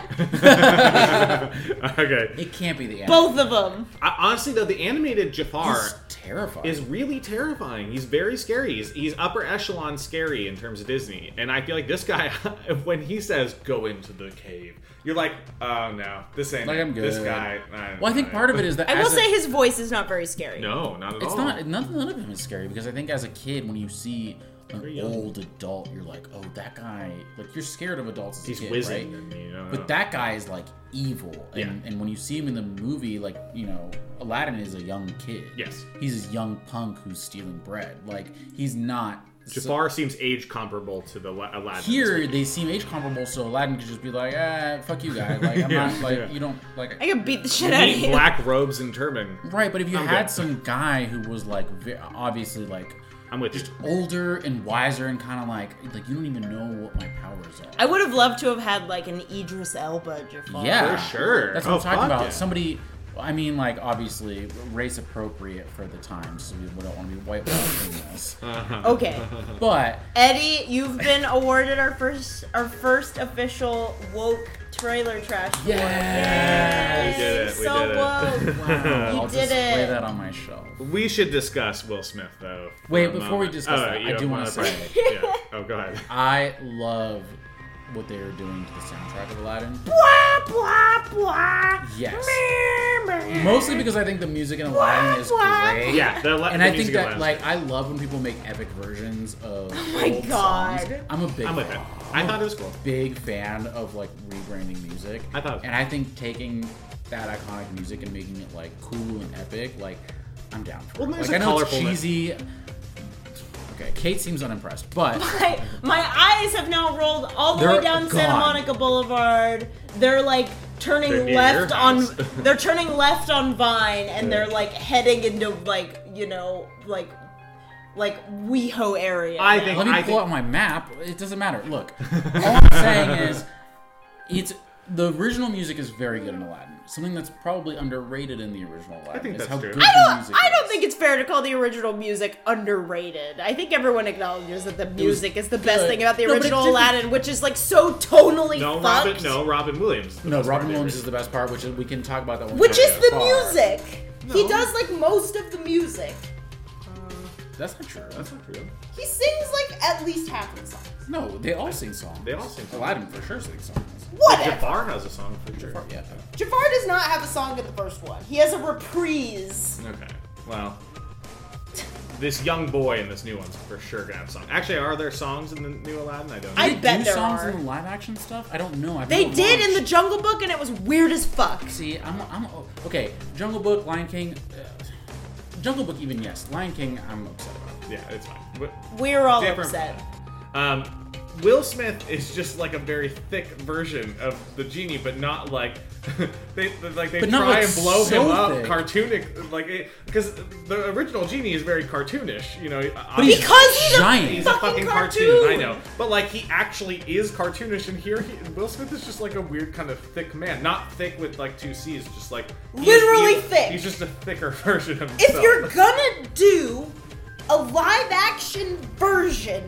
Speaker 7: okay.
Speaker 8: it can't be the animated.
Speaker 6: Both of them.
Speaker 7: I, honestly, though, the animated Jafar.
Speaker 8: He's terrifying.
Speaker 7: is really terrifying. He's very scary. He's, he's upper echelon scary in terms of Disney. And I feel like this guy, when he says "go into the cave," you're like, "Oh no, this ain't
Speaker 8: Like,
Speaker 7: it.
Speaker 8: I'm good.
Speaker 7: This guy. I
Speaker 8: well, I think part of it is that
Speaker 6: I will
Speaker 8: as a-
Speaker 6: say his voice is not very scary.
Speaker 7: no, not at
Speaker 8: It's
Speaker 7: all.
Speaker 8: not none, none of them is scary because I think as a kid when you see an
Speaker 7: young.
Speaker 8: old adult, you're like, oh, that guy. Like you're scared of adults. As
Speaker 7: He's
Speaker 8: a kid,
Speaker 7: whizzing.
Speaker 8: right?
Speaker 7: and, you know,
Speaker 8: But that guy is like evil, and,
Speaker 7: Yeah.
Speaker 8: and when you see him in the movie, like you know, Aladdin is a young kid.
Speaker 7: Yes.
Speaker 8: he's a young punk who's stealing bread. Like he's not. so-
Speaker 7: Jafar seems age comparable to the La- Aladdin.
Speaker 8: here they seem age comparable, so Aladdin could just be like, ah, fuck you, guy. Like I'm
Speaker 7: Yeah,
Speaker 8: not like
Speaker 7: yeah.
Speaker 8: you don't like.
Speaker 6: I could beat the shit out of
Speaker 7: Neat
Speaker 6: you.
Speaker 7: black robes and turban.
Speaker 8: Right, but if you
Speaker 7: I'm
Speaker 8: had
Speaker 7: good.
Speaker 8: some guy who was like ve- obviously like
Speaker 7: I'm with you.
Speaker 8: older and wiser and kind of like like you don't even know what my powers are.
Speaker 6: I would have loved to have had like an Idris Elba Jafar.
Speaker 8: yeah,
Speaker 7: For sure.
Speaker 8: That's what
Speaker 7: Oh,
Speaker 8: I'm talking
Speaker 7: fuck
Speaker 8: about.
Speaker 7: yeah.
Speaker 8: Somebody, I mean, like obviously race appropriate for the time, so we don't want to be whitewashing this.
Speaker 6: Okay.
Speaker 8: But
Speaker 6: Eddie, you've been awarded our first our first official woke trailer trash. award.
Speaker 8: yeah,
Speaker 7: We did it. We
Speaker 6: So
Speaker 7: did it.
Speaker 6: woke.
Speaker 8: wow,
Speaker 6: You
Speaker 8: I'll
Speaker 6: did
Speaker 8: just display
Speaker 6: it.
Speaker 8: that on my shelf.
Speaker 7: We should discuss Will Smith, though. for
Speaker 8: Wait,
Speaker 7: a
Speaker 8: before
Speaker 7: moment.
Speaker 8: we discuss
Speaker 7: Oh,
Speaker 8: that,
Speaker 7: you
Speaker 8: I
Speaker 7: have
Speaker 8: do
Speaker 7: one
Speaker 8: want to
Speaker 7: other
Speaker 8: say
Speaker 7: point. yeah. Oh, go ahead.
Speaker 8: I love what they are doing to the soundtrack of Aladdin.
Speaker 6: Blah blah blah.
Speaker 8: Yes.
Speaker 6: Meh, meh.
Speaker 8: Mostly because I think the music in Aladdin is
Speaker 6: Wah,
Speaker 8: great.
Speaker 7: Yeah, the,
Speaker 8: and
Speaker 7: the
Speaker 8: I think
Speaker 7: music
Speaker 8: that
Speaker 7: alone.
Speaker 8: like I love when people make epic versions of
Speaker 6: my
Speaker 8: old
Speaker 6: God.
Speaker 8: songs. I'm a big
Speaker 7: I'm with it. I thought it was cool.
Speaker 8: big fan of like rebranding music.
Speaker 7: I thought-
Speaker 8: and I think taking that iconic music and making it like cool and epic, like I'm down for.
Speaker 7: Well,
Speaker 8: it.
Speaker 7: there's
Speaker 8: like
Speaker 7: a
Speaker 8: I know it's
Speaker 7: colorfulness.
Speaker 8: cheesy. Okay, Kate seems unimpressed, but
Speaker 6: I, my eyes have now rolled all the
Speaker 8: They're
Speaker 6: way down Santa
Speaker 8: gone.
Speaker 6: Monica Boulevard. They're like turning
Speaker 7: They're near
Speaker 6: left
Speaker 7: your
Speaker 6: on.
Speaker 7: house.
Speaker 6: they're turning left on Vine, and they're like heading into like you know like like WeHo area.
Speaker 7: I
Speaker 6: now.
Speaker 7: think-
Speaker 8: let me
Speaker 7: I
Speaker 8: pull out my map. It doesn't matter. Look, all I'm saying is, it's the original music is very good in Aladdin. Something that's probably underrated in the original Aladdin
Speaker 7: think
Speaker 8: is
Speaker 7: that's
Speaker 8: how
Speaker 7: true.
Speaker 8: good
Speaker 6: I
Speaker 8: the
Speaker 6: don't,
Speaker 8: music
Speaker 6: I
Speaker 8: is.
Speaker 6: don't think it's fair to call the original music underrated. I think everyone acknowledges that the music is the best
Speaker 8: good.
Speaker 6: thing about the
Speaker 8: No, but it
Speaker 6: original
Speaker 8: didn't-
Speaker 6: Aladdin, which is like so tonally
Speaker 7: No,
Speaker 6: fucked.
Speaker 7: Robin. No, Robin Williams.
Speaker 8: No, Robin Williams is the best part, which is, we can talk about that one.
Speaker 6: Which is the
Speaker 8: Far.
Speaker 6: music. He
Speaker 7: No.
Speaker 6: does like most of the music.
Speaker 8: That's not true.
Speaker 7: That's not true.
Speaker 6: He sings like at least half the songs.
Speaker 8: No, they all sing songs.
Speaker 7: They all sing songs.
Speaker 8: Aladdin for sure sings songs.
Speaker 6: Whatever.
Speaker 7: Jafar has a song for sure.
Speaker 8: Yeah.
Speaker 6: Jafar does not have a song in the first one. He has a reprise.
Speaker 7: Okay. Well, this young boy in this new one's for sure gonna have a song. Actually, are there songs in the new Aladdin? I don't. know.
Speaker 6: I
Speaker 8: They
Speaker 6: bet
Speaker 8: do
Speaker 6: there
Speaker 8: songs
Speaker 6: are.
Speaker 8: in the live action stuff. I don't know. I've
Speaker 6: They
Speaker 8: never
Speaker 6: did in the
Speaker 8: watched.
Speaker 6: Jungle Book, and it was weird as fuck.
Speaker 8: See, I'm, I'm okay. Jungle Book, Lion King, uh, Jungle Book, even yes, Lion King. I'm upset about.
Speaker 7: yeah, it's fine. But,
Speaker 6: We're all
Speaker 7: Different.
Speaker 6: upset.
Speaker 7: um, Will Smith is just like a very thick version of the genie, but not like they they- like they
Speaker 8: But not,
Speaker 7: try
Speaker 8: like,
Speaker 7: and blow
Speaker 8: so
Speaker 7: him up,
Speaker 8: thick.
Speaker 7: cartoonic like because the original genie is very cartoonish. You know,
Speaker 8: he's-
Speaker 6: Because he's
Speaker 8: Giant.
Speaker 6: a
Speaker 7: He's
Speaker 8: He's
Speaker 7: a
Speaker 6: fucking,
Speaker 7: fucking cartoon. I know, but like he actually is cartoonish, and here he, Will Smith is just like a weird kind of thick man. Not thick with like two C's, just like he's-
Speaker 6: Literally
Speaker 7: he's-
Speaker 6: thick.
Speaker 7: He's just a thicker version of himself.
Speaker 6: If you're gonna do a live action version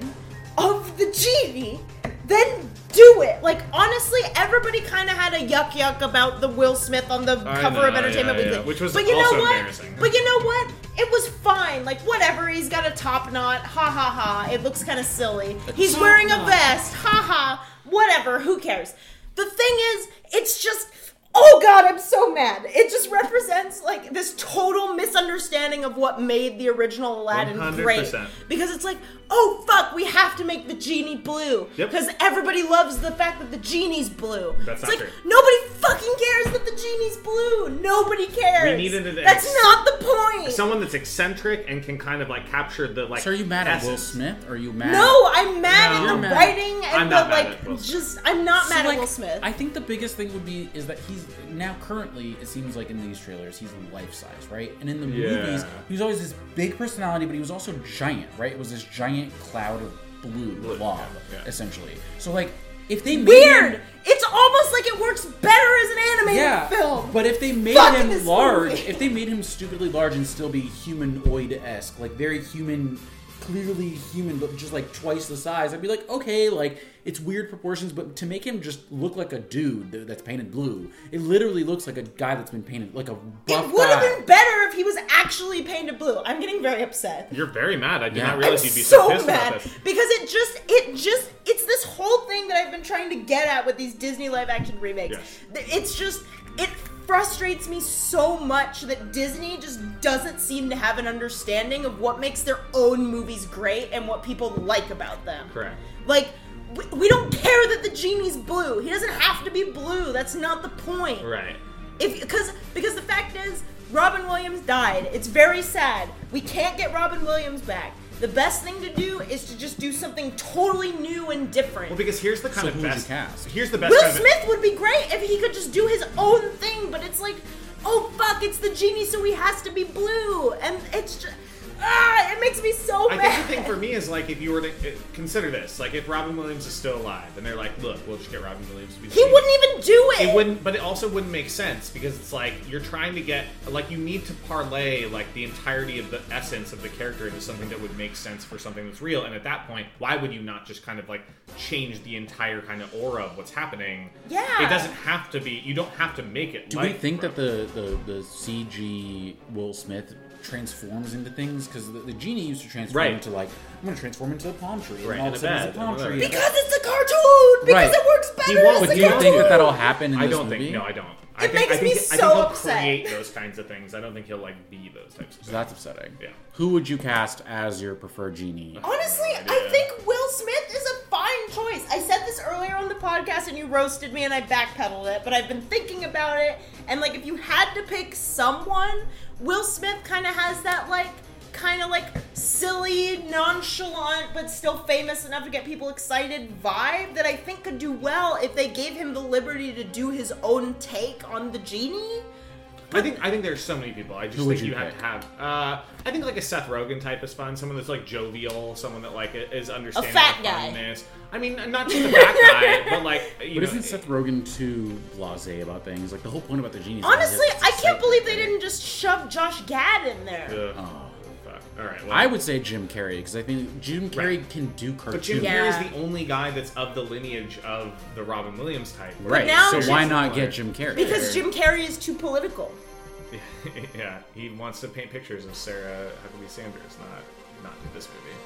Speaker 6: of the genie, then do it. Like honestly, everybody kind of had a yuck yuck about the Will Smith on the
Speaker 7: I
Speaker 6: cover
Speaker 7: know,
Speaker 6: of Entertainment
Speaker 7: yeah, yeah,
Speaker 6: Weekly,
Speaker 7: yeah, which was
Speaker 6: but you
Speaker 7: also
Speaker 6: know what?
Speaker 7: embarrassing.
Speaker 6: But you know what? It was fine. Like whatever. He's got a top knot. Ha ha ha. It looks kind of silly. He's wearing a vest. Ha ha. Whatever. Who cares? The thing is, it's just oh god, I'm so mad. It just represents like this total misunderstanding of what made the original Aladdin great.
Speaker 7: 100%.
Speaker 6: Because it's like, oh fuck, we have to make the genie blue.
Speaker 7: Yep.
Speaker 6: Because everybody loves the fact that the genie's blue. it's
Speaker 7: That's not
Speaker 6: like
Speaker 7: true.
Speaker 6: nobody fucking cares that the genie's blue. Nobody cares.
Speaker 7: needed an
Speaker 6: That's
Speaker 7: ex-
Speaker 6: not the point.
Speaker 7: Someone that's eccentric and can kind of like capture the like.
Speaker 8: So are you mad at Will
Speaker 7: essence.
Speaker 8: Smith? Or are you mad?
Speaker 6: no, I'm mad
Speaker 8: No.
Speaker 6: at
Speaker 8: You're
Speaker 6: the
Speaker 8: mad.
Speaker 6: writing and
Speaker 7: I'm
Speaker 6: the
Speaker 7: not mad
Speaker 6: like.
Speaker 7: at Will Smith.
Speaker 6: just, I'm not
Speaker 8: So,
Speaker 6: mad
Speaker 8: like,
Speaker 6: at Will Smith.
Speaker 8: I think the biggest thing would be is that he's now currently it seems like in these trailers he's life size, right? And in the
Speaker 7: Yeah.
Speaker 8: movies he was always this big personality, but he was also giant, right? It was this giant cloud of blue, blob,
Speaker 7: yeah.
Speaker 8: essentially. So like if they made
Speaker 6: Weird.
Speaker 8: him-
Speaker 6: It's almost like it works better as an animated
Speaker 8: yeah,
Speaker 6: film.
Speaker 8: but if they made
Speaker 6: Fuck this
Speaker 8: him large,
Speaker 6: movie.
Speaker 8: if they made him stupidly large and still be humanoid esque, like very human, clearly human, but just like twice the size, I'd be like, okay, like it's weird proportions, but to make him just look like a dude th- that's painted blue, it literally looks like a guy that's been painted like a buff
Speaker 6: it would have
Speaker 8: guy.
Speaker 6: been better if he was actually painted blue. I'm getting very upset.
Speaker 7: You're very mad. I did
Speaker 8: Yeah.
Speaker 7: not
Speaker 6: I'm
Speaker 7: realize you'd be so,
Speaker 6: so
Speaker 7: pissed
Speaker 6: mad
Speaker 7: about this.
Speaker 6: because it just, it just, it's this whole thing that I've been trying to get at with these Disney live action remakes. Th- It's just, it frustrates me so much that Disney just doesn't seem to have an understanding of what makes their own movies great and what people like about them.
Speaker 7: Correct.
Speaker 6: Like, we, we don't care that the genie's blue. He doesn't have to be blue. That's not the point.
Speaker 7: Right.
Speaker 6: If because because the fact is, Robin Williams died. It's very sad. We can't get Robin Williams back. The best thing to do is to just do something totally new and different.
Speaker 7: Well, because here's the kind
Speaker 8: So
Speaker 7: of
Speaker 8: who's the
Speaker 7: best.
Speaker 8: cast?
Speaker 7: Here's the best.
Speaker 6: Will
Speaker 7: kind of-
Speaker 6: Smith would be great if he could just do his own thing, but it's like, oh fuck, it's the genie, so he has to be blue, and it's just ah, it makes me so
Speaker 7: I
Speaker 6: mad.
Speaker 7: think the thing for me is like if you were to uh, consider this, like if Robin Williams is still alive, and they're like, "Look, we'll just get Robin Williams." to be the
Speaker 6: he
Speaker 7: lead."
Speaker 6: wouldn't even do it.
Speaker 7: It wouldn't, but it also wouldn't make sense because it's like you're trying to get like you need to parlay like the entirety of the essence of the character into something that would make sense for something that's real. And at that point, why would you not just kind of like change the entire kind of aura of what's happening?
Speaker 6: Yeah.
Speaker 7: it doesn't have to be. You don't have to make it.
Speaker 8: Do we
Speaker 7: like
Speaker 8: think
Speaker 7: Robin.
Speaker 8: that the, the, the CG Will Smith transforms into things? Because the, the genie used to transform
Speaker 7: Right.
Speaker 8: into like, I'm going to transform into a palm tree.
Speaker 7: Right,
Speaker 8: and all
Speaker 7: and
Speaker 8: of a
Speaker 7: a
Speaker 8: sudden he's a
Speaker 7: bed,
Speaker 8: palm
Speaker 7: and
Speaker 8: tree.
Speaker 7: whatever.
Speaker 6: because it's a cartoon. Because
Speaker 8: Right.
Speaker 6: it works
Speaker 7: He
Speaker 6: better
Speaker 7: won't-
Speaker 6: as
Speaker 8: But
Speaker 6: a
Speaker 8: do you
Speaker 6: cartoon.
Speaker 8: think that that'll happen in
Speaker 7: I
Speaker 8: this
Speaker 7: don't
Speaker 8: movie?
Speaker 7: think. No, I don't. I
Speaker 6: It
Speaker 7: think,
Speaker 6: makes
Speaker 7: I think,
Speaker 6: me
Speaker 7: I think
Speaker 6: so
Speaker 7: he'll
Speaker 6: upset.
Speaker 7: create those kinds of things. I don't think he'll like be those types of things.
Speaker 8: So that's upsetting.
Speaker 7: Yeah. Oh,
Speaker 8: Who would you cast as your preferred genie?
Speaker 6: Honestly, I think Will Smith is a fine choice. I said this earlier on the podcast and you roasted me and I backpedaled it, but I've been thinking about it and like if you had to pick someone, Will Smith kind of has that like kind of like silly, nonchalant but still famous enough to get people excited vibe that I think could do well if they gave him the liberty to do his own take on the genie.
Speaker 7: I think I think there's so many people. I just
Speaker 8: Who would
Speaker 7: think you,
Speaker 8: you
Speaker 7: have
Speaker 8: pick?
Speaker 7: to have. Uh, I think like a Seth Rogen type is fun. Someone that's like jovial. Someone that like is understanding.
Speaker 6: fat
Speaker 7: of
Speaker 6: guy.
Speaker 7: funness. I mean, not just a fat guy, but like you
Speaker 8: But
Speaker 7: know.
Speaker 8: isn't Seth Rogen too blasé about things? Like the whole point about the genie. is that
Speaker 6: Honestly,
Speaker 8: it's
Speaker 6: I
Speaker 8: so
Speaker 6: can't believe they
Speaker 8: pathetic.
Speaker 6: didn't just shove Josh Gad in there.
Speaker 7: Ugh. Fuck. All right. Well,
Speaker 8: I would say Jim Carrey because I think Jim Carrey
Speaker 7: Right.
Speaker 8: can do cartoons.
Speaker 7: But Jim
Speaker 6: Yeah.
Speaker 7: Carrey is the only guy that's of the lineage of the Robin Williams type.
Speaker 8: Right.
Speaker 6: now
Speaker 8: so
Speaker 6: Jim-
Speaker 8: why not get Jim Carrey?
Speaker 6: Because Jim Carrey is too political.
Speaker 7: yeah. He wants to paint pictures of Sarah Huckabee Sanders, not not do this movie.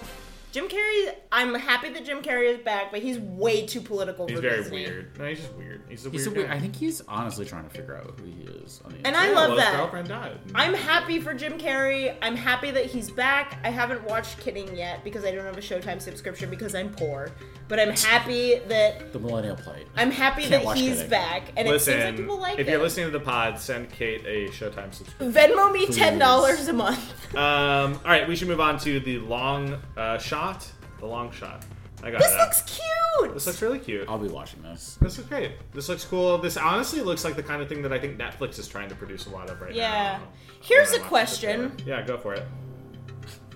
Speaker 6: Jim Carrey, I'm happy that Jim Carrey is back, but he's way too political.
Speaker 7: He's
Speaker 6: for
Speaker 7: very
Speaker 6: Disney.
Speaker 7: weird. No, he's just weird. He's a weird.
Speaker 8: He's a weird,
Speaker 7: guy.
Speaker 8: I think he's honestly trying to figure out who he is. On the
Speaker 6: And
Speaker 8: inside.
Speaker 6: I
Speaker 7: Yeah,
Speaker 6: love
Speaker 7: well,
Speaker 6: that.
Speaker 7: His girlfriend died.
Speaker 6: I'm happy for Jim Carrey. I'm happy that he's back. I haven't watched Kidding yet because I don't have a Showtime subscription because I'm poor. But I'm happy that
Speaker 8: the millennial plate.
Speaker 6: I'm happy
Speaker 8: Can't
Speaker 6: that
Speaker 8: watch
Speaker 6: he's
Speaker 8: Kidding.
Speaker 6: back, and it
Speaker 7: Listen,
Speaker 6: seems like people like
Speaker 7: if
Speaker 6: him.
Speaker 7: you're listening to the pod, send Kate a Showtime subscription.
Speaker 6: Venmo me ten dollars a month.
Speaker 7: Um, all right, we should move on to the long uh, shot. The long shot. I got
Speaker 6: this
Speaker 7: it.
Speaker 6: looks cute.
Speaker 7: this looks really cute.
Speaker 8: I'll be watching this.
Speaker 7: This is great. This looks cool. This honestly looks like the kind of thing that I think Netflix is trying to produce a lot of right
Speaker 6: yeah.
Speaker 7: now.
Speaker 6: Here's
Speaker 7: When
Speaker 6: a
Speaker 7: I watch the
Speaker 6: question.
Speaker 7: trailer. Yeah, go for it.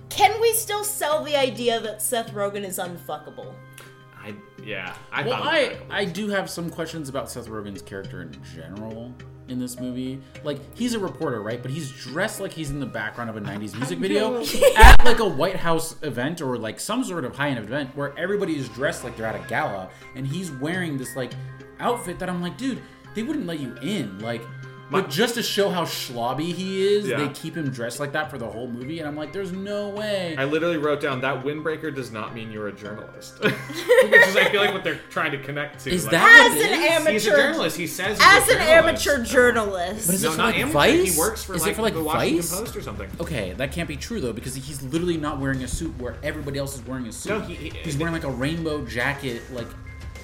Speaker 6: Can we still sell the idea that Seth Rogen is unfuckable?
Speaker 7: I yeah. I
Speaker 8: Well,
Speaker 7: thought
Speaker 8: I
Speaker 7: it was
Speaker 8: I do have some questions about Seth Rogen's character in general in this movie. Like he's a reporter, right? But he's dressed like he's in the background of a '90s music video at like a White House event or like some sort of high-end event where everybody is dressed like they're at a gala, and he's wearing this like outfit that I'm like, dude, they wouldn't let you in. Like But just to show how schlobby he is,
Speaker 7: Yeah.
Speaker 8: they keep him dressed like that for the whole movie, and I'm like, there's no way.
Speaker 7: I literally wrote down that windbreaker does not mean you're a journalist, which is I feel like what they're trying to connect to.
Speaker 8: Is
Speaker 7: like,
Speaker 8: that
Speaker 6: As
Speaker 8: what it
Speaker 6: an
Speaker 8: is?
Speaker 6: amateur,
Speaker 7: He's a journalist. He says he's
Speaker 6: as
Speaker 7: a
Speaker 6: an
Speaker 7: journalist.
Speaker 6: amateur journalist,
Speaker 8: But is
Speaker 7: No,
Speaker 8: it for,
Speaker 7: not
Speaker 8: like,
Speaker 7: amateur.
Speaker 8: Vice?
Speaker 7: He works for
Speaker 8: Is it
Speaker 7: like,
Speaker 8: for, like,
Speaker 7: the Washington
Speaker 8: Vice?
Speaker 7: Post or something.
Speaker 8: Okay, that can't be true though because he's literally not wearing a suit where everybody else is wearing a suit.
Speaker 7: No, he- he-
Speaker 8: he's wearing like a rainbow jacket. Like,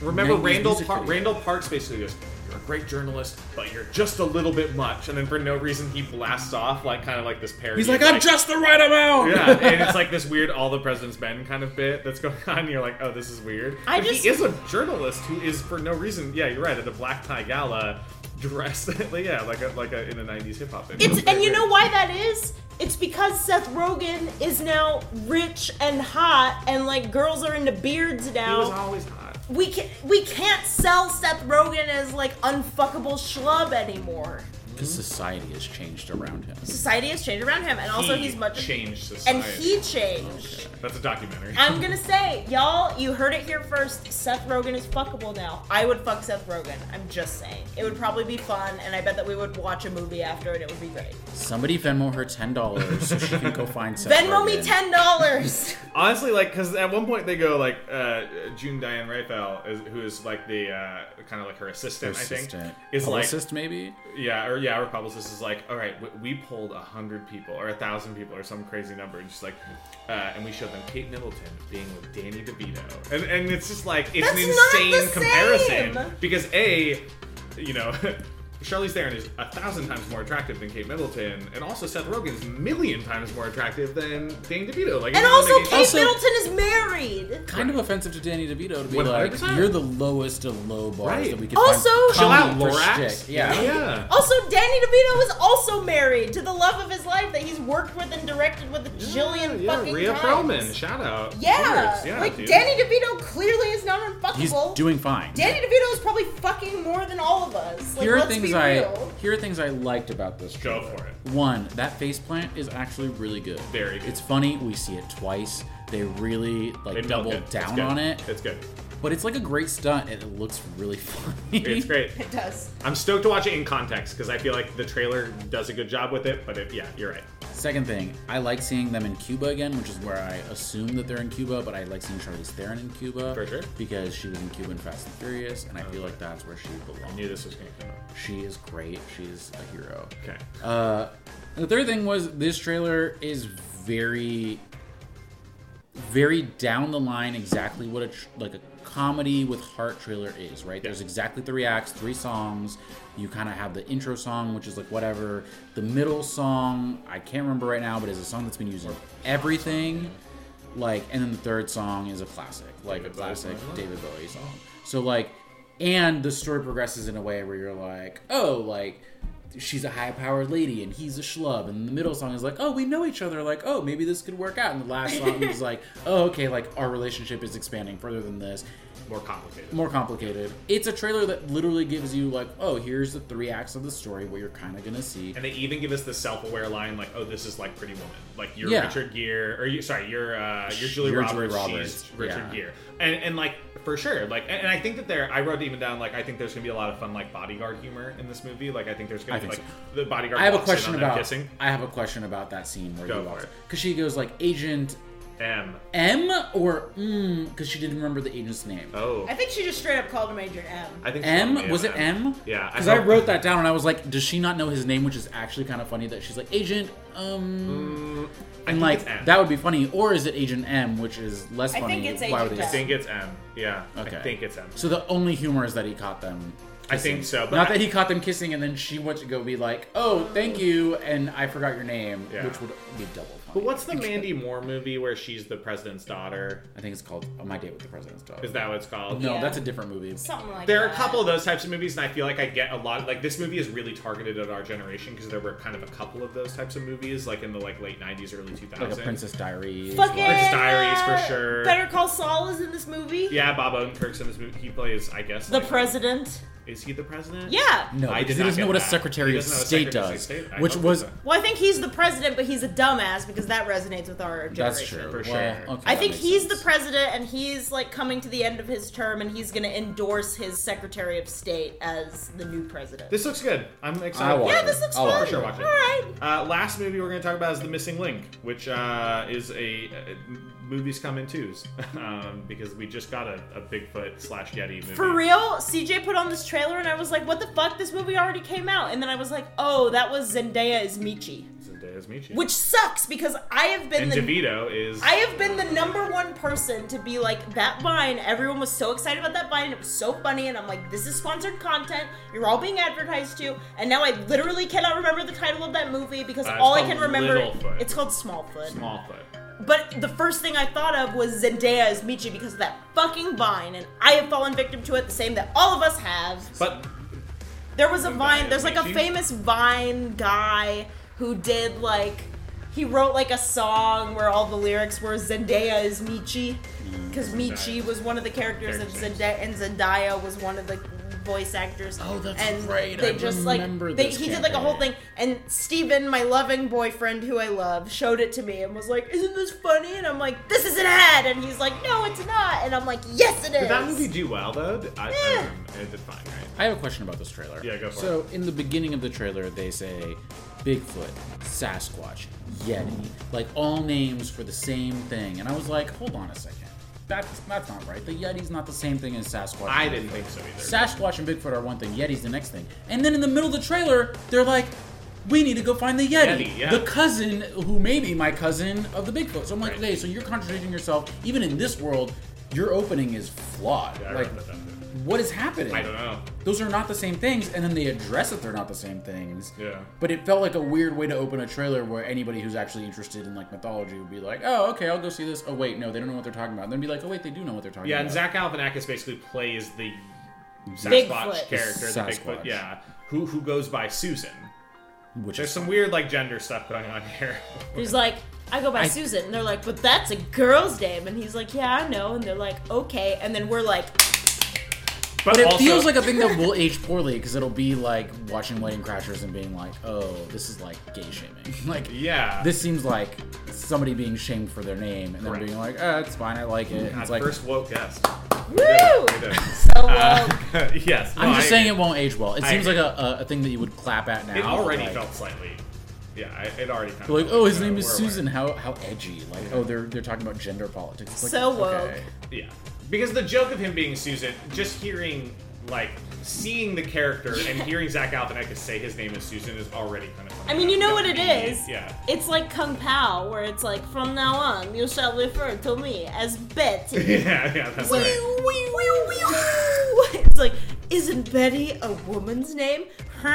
Speaker 7: Remember
Speaker 8: 90s
Speaker 7: Randall
Speaker 8: music
Speaker 7: Par-
Speaker 8: video.
Speaker 7: Randall Parks basically goes, "You're a great journalist, but you're just a little bit much." And then for no reason he blasts off like kind of like this parody.
Speaker 8: He's
Speaker 7: of,
Speaker 8: like, I'm just the right amount.
Speaker 7: yeah, and it's like this weird "All the President's Men" kind of bit that's going on. And you're like, "Oh, this is weird."
Speaker 6: I
Speaker 7: but
Speaker 6: just-
Speaker 7: he is a journalist who is for no reason. Yeah, you're right. At a black tie gala, dressed yeah, like a, like a, in a '90s hip hop.
Speaker 6: It's and you know why that is? It's because Seth Rogen is now rich and hot, and like girls are into beards
Speaker 7: He was
Speaker 6: now.
Speaker 7: always hot.
Speaker 6: We can we can't sell Seth Rogen as like unfuckable schlub anymore.
Speaker 8: Because society has changed around him.
Speaker 6: Society has changed around him, and also
Speaker 7: He
Speaker 6: he's much
Speaker 7: changed society.
Speaker 6: and he changed.
Speaker 7: That's a documentary.
Speaker 6: I'm gonna say, y'all, you heard it here first. Seth Rogen is fuckable now. I would fuck Seth Rogen. I'm just saying. It would probably be fun, and I bet that we would watch a movie after, and it would be great.
Speaker 8: Somebody Venmo her ten dollars so she can go find Seth
Speaker 6: Venmo me
Speaker 8: Rogen.
Speaker 6: ten dollars.
Speaker 7: Honestly, like, because at one point they go like uh, June Diane Raphael, is, who is like the uh, kind of like her assistant, I
Speaker 8: Assistant.
Speaker 7: think, is
Speaker 8: Publicist, maybe.
Speaker 7: like, yeah, or yeah, her publicist is like, all right, w- we pulled a hundred people or a thousand people or some crazy number, and just like, uh, and we showed them Kate Middleton being with Danny DeVito, and and it's just like it's an
Speaker 6: That's not the
Speaker 7: insane comparison
Speaker 6: same!
Speaker 7: because a, you know. Charlize Theron is a thousand times more attractive than Kate Middleton, and also Seth Rogen is a million times more attractive than Danny DeVito. Like, it
Speaker 6: And
Speaker 7: doesn't
Speaker 6: also,
Speaker 7: make any-
Speaker 6: Kate Middleton is married.
Speaker 8: Kind of offensive to Danny DeVito to be like,
Speaker 7: 100%.
Speaker 8: you're the lowest of low bars
Speaker 7: Right.
Speaker 8: that we could
Speaker 6: Also-
Speaker 8: find.
Speaker 7: Chill out,
Speaker 8: comedy for
Speaker 7: Lorax.
Speaker 8: shtick. Yeah.
Speaker 7: Yeah.
Speaker 6: Also, Danny DeVito is also married to the love of his life that he's worked with and directed with a jillion
Speaker 7: yeah,
Speaker 6: fucking
Speaker 7: Rhea
Speaker 6: times.
Speaker 7: Perlman, shout out.
Speaker 6: Yeah,
Speaker 7: Cheers. yeah
Speaker 6: like
Speaker 7: dude.
Speaker 6: Danny DeVito clearly is not
Speaker 8: He's
Speaker 6: unfuckable.
Speaker 8: doing fine.
Speaker 6: Danny DeVito is probably fucking more than all of us. Like,
Speaker 8: here are
Speaker 6: let's
Speaker 8: things
Speaker 6: be
Speaker 8: I
Speaker 6: real.
Speaker 8: here are things I liked about this.
Speaker 7: Go
Speaker 8: trailer.
Speaker 7: for it.
Speaker 8: One, that face plant is actually really good.
Speaker 7: Very good.
Speaker 8: It's funny. We see it twice. They really like
Speaker 7: They milk
Speaker 8: doubled
Speaker 7: it. It's
Speaker 8: down
Speaker 7: good.
Speaker 8: on it,
Speaker 7: It's good.
Speaker 8: but it's like a great stunt and it looks really funny.
Speaker 7: It's great.
Speaker 6: It does.
Speaker 7: I'm stoked to watch it in context because I feel like the trailer does a good job with it. But it, yeah, you're right.
Speaker 8: Second thing, I like seeing them in Cuba again, which is where I assume that they're in Cuba, but I like seeing Charlize Theron in Cuba
Speaker 7: For sure. Uh-huh.
Speaker 8: because she was in Cuba in Fast and Furious, and I feel like that's where she
Speaker 7: I
Speaker 8: belongs.
Speaker 7: knew this was going to come up.
Speaker 8: She is great. She's a hero.
Speaker 7: Okay.
Speaker 8: Uh, the third thing was this trailer is very, very down the line. Exactly what a tr- like a comedy with heart trailer is, right? There's exactly three acts, three songs. You kind of have the intro song, which is like whatever. The middle song, I can't remember right now, but is a song that's been used in everything. Like, and then the third song is a classic, like a classic David Bowie song. So like, and the story progresses in a way where you're like, oh, like she's a high powered lady and he's a schlub and the middle song is like oh we know each other like oh maybe this could work out and the last song is like oh okay like our relationship is expanding further than this
Speaker 7: More complicated.
Speaker 8: more complicated it's a trailer that literally gives you like oh here's the three acts of the story what you're kind of gonna see
Speaker 7: And they even give us the self-aware line, like, "Oh, this is like Pretty Woman. Like you're
Speaker 8: Yeah.
Speaker 7: Richard Gere, or you, sorry, you're uh, you're Julie
Speaker 8: You're Julie
Speaker 7: Roberts,
Speaker 8: Roberts,
Speaker 7: she's Richard
Speaker 8: yeah.
Speaker 7: Gere." And and like for sure, like, and, and I think that there, I wrote even down like I think there's gonna be a lot of fun like bodyguard humor in this movie. Like I think there's gonna
Speaker 8: I
Speaker 7: be like
Speaker 8: think
Speaker 7: the bodyguard.
Speaker 8: i have a
Speaker 7: walks in
Speaker 8: question
Speaker 7: on them
Speaker 8: about
Speaker 7: kissing.
Speaker 8: i have a question about that scene where
Speaker 7: Go
Speaker 8: he
Speaker 7: for
Speaker 8: walks
Speaker 7: it.
Speaker 8: because she goes like agent
Speaker 7: M.
Speaker 8: m or mm because she didn't remember the agent's name
Speaker 7: Oh.
Speaker 6: I think she just straight up called him Agent M.
Speaker 7: I think she
Speaker 8: M
Speaker 7: called me
Speaker 8: was it M?
Speaker 7: Yeah,
Speaker 8: because I,
Speaker 7: hope-
Speaker 8: wrote that down and I was like, does she not know his name? Which is actually kind of funny that she's like Agent
Speaker 7: Mm, I
Speaker 8: um, and
Speaker 7: think
Speaker 8: like
Speaker 7: it's M.
Speaker 8: that would be funny, or is it Agent M, which is less
Speaker 6: I
Speaker 8: funny?
Speaker 6: think it's
Speaker 8: Why would
Speaker 6: Agent
Speaker 8: they-
Speaker 6: M.
Speaker 7: I think it's M. Yeah,
Speaker 8: Okay.
Speaker 7: I think it's M.
Speaker 8: So the only humor is that he caught them.
Speaker 7: I think so, but
Speaker 8: not
Speaker 7: I-
Speaker 8: that he caught them kissing and then she went to go be like, oh, thank you, and I forgot your name,
Speaker 7: Yeah.
Speaker 8: which would be double. Funny.
Speaker 7: But what's the Mandy Moore movie where she's the president's daughter?
Speaker 8: I think it's called My Date with the President's Daughter.
Speaker 7: Is that what it's called?
Speaker 8: no,
Speaker 6: Yeah.
Speaker 8: that's a different movie.
Speaker 6: Something like
Speaker 7: There
Speaker 6: that.
Speaker 7: are a couple of those types of movies, and I feel like I get a lot. Like this movie is really targeted at our generation because there were kind of a couple of those types of movies, like in the like late '90s, early 2000s.
Speaker 8: Like a Princess Diaries.
Speaker 6: Fucking
Speaker 7: Princess Diaries for
Speaker 6: uh,
Speaker 7: sure.
Speaker 6: Better Call Saul is in this movie.
Speaker 7: Yeah, Bob Odenkirk's in this movie. He plays, I guess,
Speaker 6: The
Speaker 7: like,
Speaker 6: president.
Speaker 7: Is he the president?
Speaker 6: Yeah.
Speaker 8: No,
Speaker 7: I
Speaker 8: because
Speaker 7: did
Speaker 8: he
Speaker 7: not
Speaker 8: doesn't
Speaker 7: get
Speaker 8: know what a
Speaker 7: that.
Speaker 8: Secretary
Speaker 7: He
Speaker 8: of
Speaker 7: doesn't know what a
Speaker 8: State
Speaker 7: Secretary of
Speaker 8: does,
Speaker 7: State? I
Speaker 8: which
Speaker 7: don't
Speaker 8: was
Speaker 7: think so.
Speaker 6: Well, I think he's the president, but he's a dumbass because that resonates with our generation.
Speaker 8: that's true.
Speaker 7: For
Speaker 8: Well,
Speaker 7: sure.
Speaker 8: okay,
Speaker 6: I
Speaker 8: that
Speaker 6: think
Speaker 8: makes
Speaker 6: he's
Speaker 8: sense.
Speaker 6: the president, and he's like coming to the end of his term, and he's going to endorse his Secretary of State as the new president.
Speaker 7: This looks good. I'm excited.
Speaker 8: I watch
Speaker 6: yeah,
Speaker 8: it.
Speaker 6: this looks
Speaker 8: I'll
Speaker 6: fun.
Speaker 8: watch
Speaker 7: for sure watch it.
Speaker 6: All right.
Speaker 7: Uh, last movie we're going to talk about is The Missing Link, which uh, is a uh, m- movies come in twos um, because we just got a, a Bigfoot slash Yeti movie.
Speaker 6: For real, CJ put on this trailer, and I was like, "What the fuck? This movie already came out." And then I was like, "Oh, that was Zendaya is Michi,"
Speaker 7: Zendaya's Michi.
Speaker 6: which sucks because I have been
Speaker 7: and
Speaker 6: the
Speaker 7: DeVito is.
Speaker 6: I have been the number one person to be like that vine. Everyone was so excited about that vine. It was so funny, and I'm like, this is sponsored content. You're all being advertised to, and now I literally cannot remember the title of that movie because
Speaker 7: Uh, it's
Speaker 6: all I
Speaker 7: called
Speaker 6: can remember
Speaker 7: Littlefoot.
Speaker 6: it's called Smallfoot.
Speaker 7: Smallfoot.
Speaker 6: But the first thing I thought of was Zendaya as Michi because of that fucking vine, and I have fallen victim to it the same that all of us have.
Speaker 7: But
Speaker 6: There was a vine.
Speaker 7: is
Speaker 6: There's like a
Speaker 7: Michi?
Speaker 6: famous vine guy who did like he wrote like a song where all the lyrics were Zendaya is Michi
Speaker 8: Mm,
Speaker 6: because Michi was one of the characters of
Speaker 7: Character
Speaker 6: Zendaya and Zendaya was one of the voice actors.
Speaker 8: Oh, that's
Speaker 6: and
Speaker 8: right.
Speaker 6: They
Speaker 8: I
Speaker 6: just like
Speaker 8: remember
Speaker 6: they,
Speaker 8: this
Speaker 6: he did like a whole
Speaker 8: campaign.
Speaker 6: thing and Steven, my loving boyfriend who I love, showed it to me and was like, "Isn't this funny?" And I'm like, "This is an ad." And he's like, "No, it's not." And I'm like, "Yes, it is."
Speaker 7: did that movie do well though? Did- I, I
Speaker 6: Yeah.
Speaker 7: rem- it did fine, right?
Speaker 8: I have a question about this trailer.
Speaker 7: Yeah, go for
Speaker 8: so in the beginning of the trailer, they say Bigfoot, Sasquatch, Yeti, like all names for the same thing, and I was like, hold on a second, that's that's not right. The Yeti's not the same thing as Sasquatch.
Speaker 7: I didn't think so either.
Speaker 8: Sasquatch and Bigfoot are one thing, Yeti's the next thing. And then in the middle of the trailer, they're like, we need to go find the Yeti.
Speaker 7: Yeti, yeah.
Speaker 8: The cousin who may be my cousin of the Bigfoot. So I'm like,
Speaker 7: Right.
Speaker 8: okay, so you're contradicting yourself. Even in this world, your opening is flawed.
Speaker 7: Yeah, I
Speaker 8: like,
Speaker 7: wrote that down, too.
Speaker 8: what is happening?
Speaker 7: I don't know.
Speaker 8: Those are not the same things, and then they address that they're not the same things.
Speaker 7: Yeah.
Speaker 8: But it felt like a weird way to open a trailer where anybody who's actually interested in like mythology would be like, oh, okay, I'll go see this. Oh wait, no, they don't know what they're talking about. And then be like, oh wait, they do know what they're talking
Speaker 7: Yeah, and Zach
Speaker 8: about.
Speaker 7: Galifianakis basically plays the Sasquatch
Speaker 6: Bigfoot.
Speaker 7: character, the
Speaker 8: Sasquatch.
Speaker 7: Bigfoot, yeah, who who goes by Susan.
Speaker 8: Which
Speaker 7: There's
Speaker 8: is
Speaker 7: some weird like gender stuff going on here.
Speaker 6: He's like, I go by
Speaker 8: I-
Speaker 6: Susan. And they're like, but that's a girl's name. And he's like, yeah, I know. And they're like, okay. And then we're like,
Speaker 8: But it
Speaker 7: also-
Speaker 8: feels like a thing that will age poorly because it'll be like watching Wedding Crashers and being like, oh, this is like gay shaming. Like,
Speaker 7: yeah.
Speaker 8: this seems like somebody being shamed for their name and then
Speaker 7: Correct.
Speaker 8: being like, oh, it's fine, I like it. And
Speaker 7: God,
Speaker 8: it's like,
Speaker 7: first woke guest.
Speaker 6: woo!
Speaker 7: It is.
Speaker 6: So woke.
Speaker 7: yes. no,
Speaker 8: I'm
Speaker 7: I
Speaker 8: just saying
Speaker 7: agree.
Speaker 8: it won't age well. It
Speaker 7: I
Speaker 8: seems like
Speaker 7: agree.
Speaker 8: a, a, a thing that you would clap at now.
Speaker 7: It already
Speaker 8: like,
Speaker 7: felt slightly. Yeah, I- it already. Kind
Speaker 8: Like,
Speaker 7: of
Speaker 8: oh, his
Speaker 7: so
Speaker 8: name is
Speaker 7: we're
Speaker 8: Susan.
Speaker 7: aware.
Speaker 8: How how edgy. Like, oh, they're they're talking about gender politics. It's like,
Speaker 6: So woke.
Speaker 8: okay.
Speaker 7: Yeah, because the joke of him being Susan, just hearing like seeing the character and hearing Zach Galifianakis say his name is Susan is already kind of. Funny
Speaker 6: I mean, you know what it
Speaker 7: Doesn't mean-
Speaker 6: is.
Speaker 7: Yeah.
Speaker 6: It's like Kung Pao, where it's like, from now on, you shall refer to me as Betty.
Speaker 7: Yeah, yeah, that's
Speaker 6: Wee,
Speaker 7: right.
Speaker 6: wee, wee, wee. it's like, isn't Betty a woman's name?
Speaker 7: It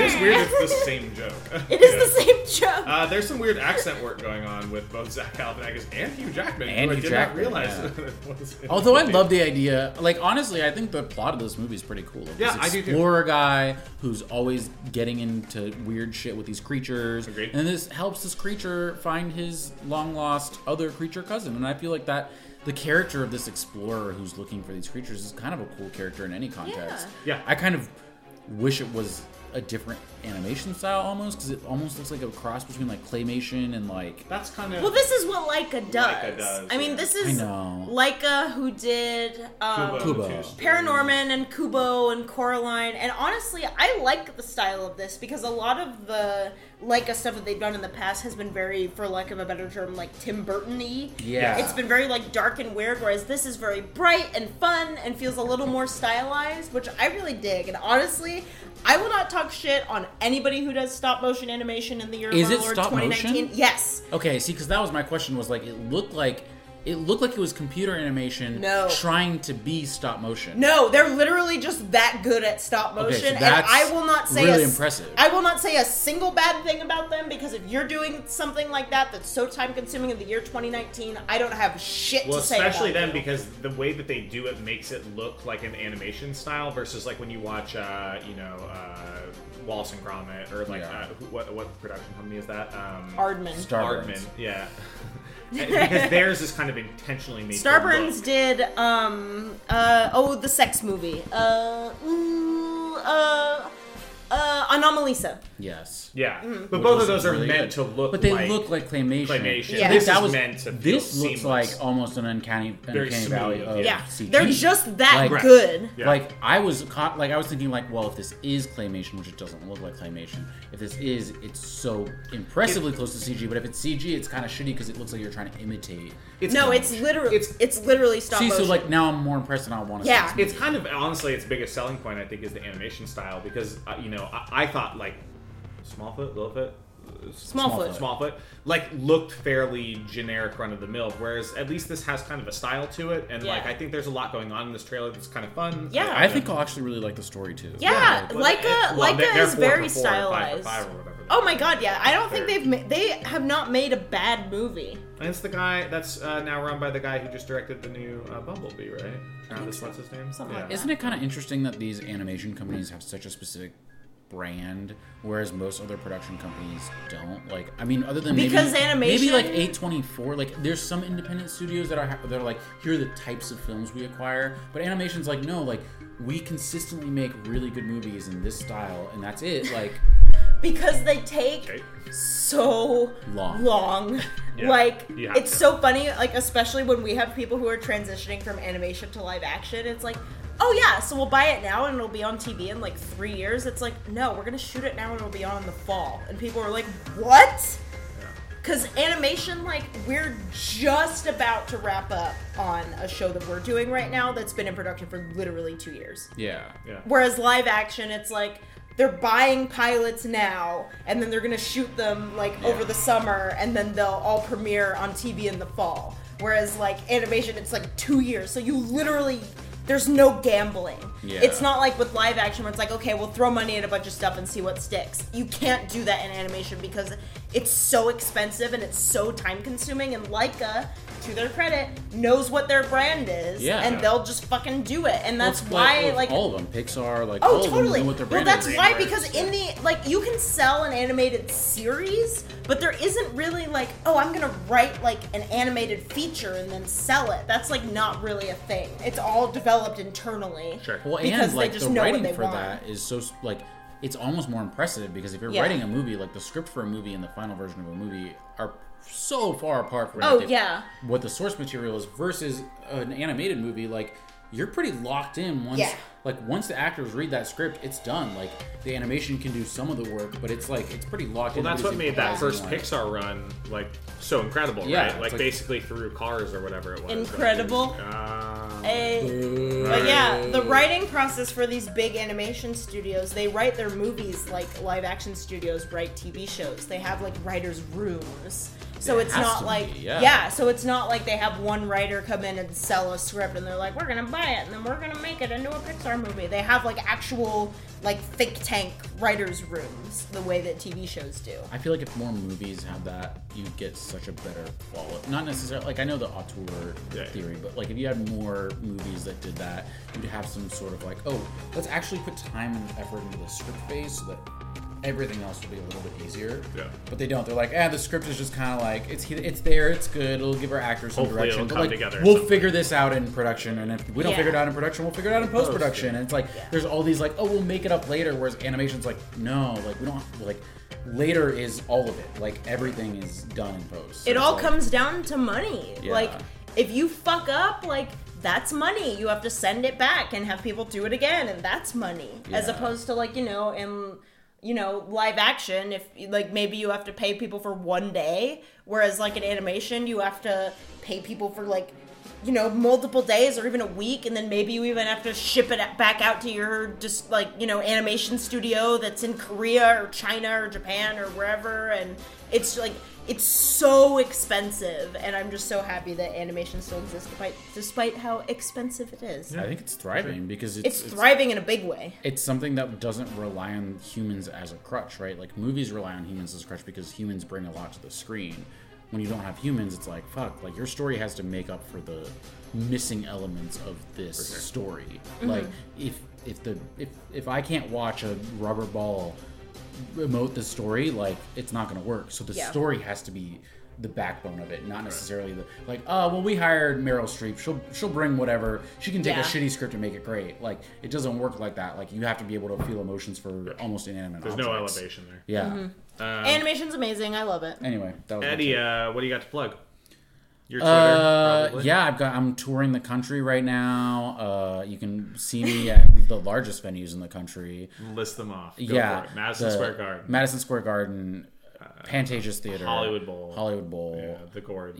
Speaker 7: is weird. It's the same joke.
Speaker 6: It is the same joke.
Speaker 7: Uh, there's some weird accent work going on with both Zach Galifianakis and Hugh Jackman.
Speaker 8: And
Speaker 7: who I
Speaker 8: Hugh
Speaker 7: did
Speaker 8: Jackman,
Speaker 7: not realize.
Speaker 8: yeah.
Speaker 7: was in
Speaker 8: Although I
Speaker 7: the
Speaker 8: love the idea, like honestly, I think the plot of this movie is pretty cool. Like,
Speaker 7: Yeah, I
Speaker 8: this
Speaker 7: do too.
Speaker 8: explorer guy who's always getting into weird shit with these creatures,
Speaker 7: Agreed.
Speaker 8: and this helps this creature find his long lost other creature cousin. And I feel like that the character of this explorer who's looking for these creatures is kind of a cool character in any context.
Speaker 7: Yeah. Yeah.
Speaker 8: I kind of wish it was a different animation style almost because it almost looks like a cross between like claymation and like
Speaker 7: That's kind of.
Speaker 6: Well, this is what Leica does.
Speaker 7: does,
Speaker 6: I mean,
Speaker 7: yeah.
Speaker 6: this is
Speaker 8: I know.
Speaker 6: Leica who did um,
Speaker 8: Kubo.
Speaker 6: Paranorman and Kubo and Coraline. And honestly, I like the style of this because a lot of the Leica stuff that they've done in the past has been very, for lack of a better term, like Tim Burton y.
Speaker 8: Yeah.
Speaker 6: It's been very, like, dark and weird, whereas this is very bright and fun and feels a little more stylized, which I really dig. And honestly, I will not talk shit on anybody who does stop motion animation in the year of
Speaker 8: Is
Speaker 6: our
Speaker 8: it
Speaker 6: Lord
Speaker 8: stop motion?
Speaker 6: 2019. Yes.
Speaker 8: Okay, see, because that was my question. Was like, it looked like it looked like it was computer animation
Speaker 6: No.
Speaker 8: trying to be stop motion.
Speaker 6: No, they're literally just that good at stop
Speaker 8: Okay, so
Speaker 6: motion, and
Speaker 8: that's
Speaker 6: I will not say
Speaker 8: really
Speaker 6: a s-
Speaker 8: impressive.
Speaker 6: I will not say a single bad thing about them because if you're doing something like that that's so time consuming in the year 2019, I don't have shit
Speaker 7: Well,
Speaker 6: to say. about
Speaker 7: especially
Speaker 6: it.
Speaker 7: then because the way that they do it makes it look like an animation style versus like when you watch, uh, you know, uh, Wallace and Gromit or like
Speaker 8: Yeah.
Speaker 7: uh, who, what what production company is that? Um,
Speaker 6: Aardman.
Speaker 8: Star-
Speaker 7: Aardman,
Speaker 8: Starburns.
Speaker 7: yeah. because theirs is kind of intentionally made. to
Speaker 6: Starburns
Speaker 7: look-
Speaker 6: did um uh oh the sex movie. Uh ooh, uh uh Anomalisa.
Speaker 8: Yes.
Speaker 7: Yeah, but
Speaker 6: Mm-hmm.
Speaker 7: both
Speaker 8: Which was
Speaker 7: of those are
Speaker 8: really
Speaker 7: meant to
Speaker 8: good.
Speaker 7: look.
Speaker 8: But they
Speaker 7: like,
Speaker 8: look like claymation.
Speaker 7: claymation.
Speaker 6: Yeah.
Speaker 7: This
Speaker 8: that
Speaker 7: is
Speaker 8: was
Speaker 7: meant to feel
Speaker 8: This looks
Speaker 7: seamless.
Speaker 8: like almost an uncanny,
Speaker 7: Very
Speaker 8: uncanny valley
Speaker 7: smooth,
Speaker 8: of
Speaker 7: yeah.
Speaker 6: Yeah.
Speaker 8: CG.
Speaker 6: They're just that
Speaker 8: Like-
Speaker 6: good.
Speaker 7: Yeah.
Speaker 8: Like I was caught, like I was thinking, like, well, if this is claymation, which it doesn't look like claymation, if this is, it's so impressively close to CG. But if it's CG, it's kind of shitty because it looks like you're trying to imitate.
Speaker 6: no, it's literally it's,
Speaker 7: it's-
Speaker 6: literally stop
Speaker 8: See, so
Speaker 6: motion.
Speaker 8: like now I'm more impressed, and I want to.
Speaker 6: Yeah.
Speaker 8: see this
Speaker 7: it's kind of honestly its biggest selling point i think is the animation style because uh, you know I, I thought like smallfoot littlefoot
Speaker 6: Smallfoot.
Speaker 7: smallfoot like looked fairly generic run of the mill whereas at least this has kind of a style to it and like
Speaker 6: Yeah.
Speaker 7: i think there's a lot going on in this trailer that's kind of fun
Speaker 6: Yeah.
Speaker 8: I think I'll actually really like the story too.
Speaker 6: yeah,
Speaker 7: But-
Speaker 6: Leica
Speaker 7: well, they're-
Speaker 6: Leica
Speaker 7: they're
Speaker 6: is
Speaker 7: four
Speaker 6: very
Speaker 7: for four or five for
Speaker 6: stylized.
Speaker 7: five or whatever they
Speaker 6: Oh
Speaker 7: are.
Speaker 6: my god, yeah. I don't think
Speaker 7: They're-
Speaker 6: they've ma- they have not made a bad movie.
Speaker 7: And it's the guy that's uh, now run by the guy who just directed the new uh, Bumblebee, right? Travis, what's his name?
Speaker 6: Something like that.
Speaker 8: Isn't it kind of interesting that these animation companies have such a specific brand, whereas most other production companies don't? Like, I mean, other than maybe-
Speaker 6: Because
Speaker 8: maybe
Speaker 6: animation-
Speaker 8: like eight twenty four. Like, there's some independent studios that are that are like, here are the types of films we acquire, but animation's like, no, like we consistently make really good movies in this style, and that's it. Like,
Speaker 6: Because they take
Speaker 7: Okay.
Speaker 6: so long.
Speaker 8: Long.
Speaker 7: Yeah.
Speaker 6: Like
Speaker 7: You have
Speaker 6: it's
Speaker 7: to.
Speaker 6: so funny, like especially when we have people who are transitioning from animation to live action, it's like, oh yeah, so we'll buy it now and it'll be on TV in like three years. It's like, no, we're gonna shoot it now and it'll be on in the fall. And people are like, What? Cause animation, like, we're just about to wrap up on a show that we're doing right now that's been in production for literally two years.
Speaker 8: yeah,
Speaker 7: Yeah.
Speaker 6: Whereas live action, it's like they're buying pilots now, and then they're gonna shoot them like over the summer, and then they'll all premiere on TV in the fall. Whereas like animation, it's like two years, so you literally there's no gambling.
Speaker 8: Yeah.
Speaker 6: It's not like with live action where it's like, okay, we'll throw money at a bunch of stuff and see what sticks. You can't do that in animation because it's so expensive and it's so time consuming. And Leica, to their credit, knows what their brand is,
Speaker 8: Yeah.
Speaker 6: and they'll just fucking do it. And that's
Speaker 8: Well,
Speaker 6: why,
Speaker 8: well,
Speaker 6: like,
Speaker 8: all of them, Pixar, like, all
Speaker 6: Oh,
Speaker 8: of them
Speaker 6: totally.
Speaker 8: know what their
Speaker 6: well,
Speaker 8: brand
Speaker 6: that's
Speaker 8: is.
Speaker 6: why because in the like you can sell an animated series, but there isn't really like oh I'm gonna write like an animated feature and then sell it. That's like not really a thing. It's all developed internally.
Speaker 7: Sure.
Speaker 8: Well,
Speaker 6: because
Speaker 8: and
Speaker 6: they
Speaker 8: like
Speaker 6: just
Speaker 8: the
Speaker 6: know what
Speaker 8: writing
Speaker 6: they
Speaker 8: for
Speaker 6: want.
Speaker 8: that is so s- like it's almost more impressive because if you're
Speaker 6: Yeah.
Speaker 8: writing a movie, like the script for a movie and the final version of a movie are so far apart from
Speaker 6: Oh,
Speaker 8: what they-
Speaker 6: yeah.
Speaker 8: what the source material is versus an animated movie like you're pretty locked in once
Speaker 6: Yeah.
Speaker 8: like once the actors read that script it's done like the animation can do some of the work but it's like it's pretty locked
Speaker 7: Well,
Speaker 8: in
Speaker 7: that's what
Speaker 8: Everybody's
Speaker 7: made that
Speaker 8: doing
Speaker 7: first
Speaker 8: it.
Speaker 7: Pixar run like so incredible,
Speaker 8: Yeah,
Speaker 7: right?
Speaker 8: it's
Speaker 7: Like,
Speaker 8: like-
Speaker 7: basically through cars or whatever it was. Like,
Speaker 6: Incredible.
Speaker 7: uh,
Speaker 6: A- but yeah, the writing process for these big animation studios, they write their movies like live action studios write TV shows. They have like writers' rooms. So
Speaker 8: There
Speaker 6: it's
Speaker 8: has
Speaker 6: not
Speaker 8: to
Speaker 6: like
Speaker 8: be, yeah.
Speaker 6: so it's not like they have one writer come in and sell a script and they're like, We're gonna buy it and then we're gonna make it into a Pixar movie. They have like actual like think tank writers' rooms the way that TV shows do.
Speaker 8: I feel like if more movies have that, you get such a better quality. Not necessarily like I know the auteur
Speaker 7: Yeah.
Speaker 8: theory, but like if you had more movies that did that, you'd have some sort of like, oh, let's actually put time and effort into the script phase so that everything else will be a little bit easier.
Speaker 7: Yeah.
Speaker 8: But they don't. They're like, ah, the script is just kind of like it's it's there, it's good. It'll give our actors some
Speaker 7: Hopefully
Speaker 8: direction.
Speaker 7: it'll
Speaker 8: but
Speaker 7: come
Speaker 8: like,
Speaker 7: together
Speaker 8: we'll
Speaker 7: somehow.
Speaker 8: figure this out in production, and if we don't
Speaker 6: Yeah.
Speaker 8: figure it out in production, we'll figure it out in post production. And it's like there's all these like, oh, we'll make it up later. Whereas animation's like, no, like we don't like later is all of it. Like everything is done in post. So
Speaker 6: it
Speaker 8: it's
Speaker 6: all
Speaker 8: like-
Speaker 6: comes down to money.
Speaker 8: Yeah.
Speaker 6: Like if you fuck up, like that's money. You have to send it back and have people do it again, and that's money. As
Speaker 8: Yeah.
Speaker 6: opposed to like you know in you know live action, if like maybe you have to pay people for one day, whereas like in animation you have to pay people for like you know multiple days or even a week and then maybe you even have to ship it back out to your just like you know animation studio that's in korea or china or japan or wherever and it's like it's so expensive and i'm just so happy that animation still exists despite despite how expensive it is
Speaker 8: I think it's thriving because it's
Speaker 6: it's, thriving in a big way
Speaker 8: it's something that doesn't rely on humans as a crutch, right? Like movies rely on humans as a crutch because humans bring a lot to the screen. When you don't have humans, it's like fuck. Like your story has to make up for the missing elements of this story. Like if if the if if I can't watch a rubber ball emote the story, like it's not going to work. So the
Speaker 6: Yeah.
Speaker 8: story has to be the backbone of it, not necessarily the like. Oh, well, we hired Meryl Streep. She'll she'll bring whatever. She can take
Speaker 6: Yeah.
Speaker 8: a shitty script and make it great. Like it doesn't work like that. Like you have to be able to feel emotions for almost inanimate.
Speaker 7: There's no
Speaker 8: objects.
Speaker 7: elevation there.
Speaker 8: Yeah.
Speaker 6: Mm-hmm. Animation's amazing. I love it.
Speaker 8: Anyway, that was my
Speaker 7: Eddie, uh, what do you got to plug? Your Twitter,
Speaker 8: Uh,
Speaker 7: probably.
Speaker 8: yeah, I've got. I'm touring the country right now. Uh, you can see me at the largest venues in the country.
Speaker 7: List them off. Go
Speaker 8: yeah,
Speaker 7: for it. Madison
Speaker 8: the-
Speaker 7: Square Garden, Uh,
Speaker 8: Madison Square Garden, Pantages Theater,
Speaker 7: Hollywood Bowl.
Speaker 8: Hollywood Bowl.
Speaker 7: yeah,
Speaker 8: Yeah,
Speaker 7: the Gord.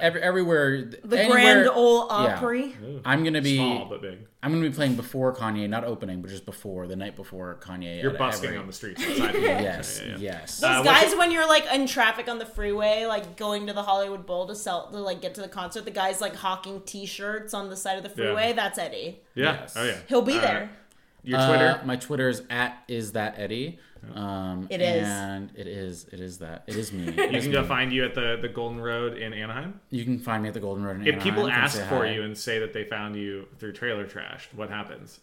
Speaker 8: every, everywhere.
Speaker 6: The
Speaker 8: anywhere-
Speaker 6: Grand Ole
Speaker 8: yeah.
Speaker 6: Opry.
Speaker 7: Uh,
Speaker 8: I'm gonna be.
Speaker 7: Small but big.
Speaker 8: I'm gonna be playing before Kanye, not opening, but just before the night before Kanye.
Speaker 7: You're
Speaker 8: at
Speaker 7: busking
Speaker 8: every-
Speaker 7: on the streets. Outside yeah,
Speaker 8: Yes,
Speaker 7: yeah, yeah.
Speaker 8: yes.
Speaker 6: Those
Speaker 7: Uh, what's
Speaker 6: guys, when you're like in traffic on the freeway, like going to the Hollywood Bowl to sell to like get to the concert, the guys like hawking T-shirts on the side of the freeway. That's Eddie.
Speaker 7: Yeah.
Speaker 8: Yes.
Speaker 7: Oh yeah.
Speaker 6: He'll be
Speaker 7: Uh,
Speaker 6: there.
Speaker 7: Your
Speaker 8: Uh,
Speaker 7: Twitter.
Speaker 8: my Twitter is at is that Eddie. Um,
Speaker 6: It is.
Speaker 8: and it is, it is that, it is me.
Speaker 7: you can go find you at the, the Golden Road in Anaheim.
Speaker 8: You can find me at the Golden Road. In
Speaker 7: If people
Speaker 8: Anaheim. Come
Speaker 7: ask
Speaker 8: say
Speaker 7: for
Speaker 8: hi.
Speaker 7: you and say that they found you through Trailer Trash, what happens?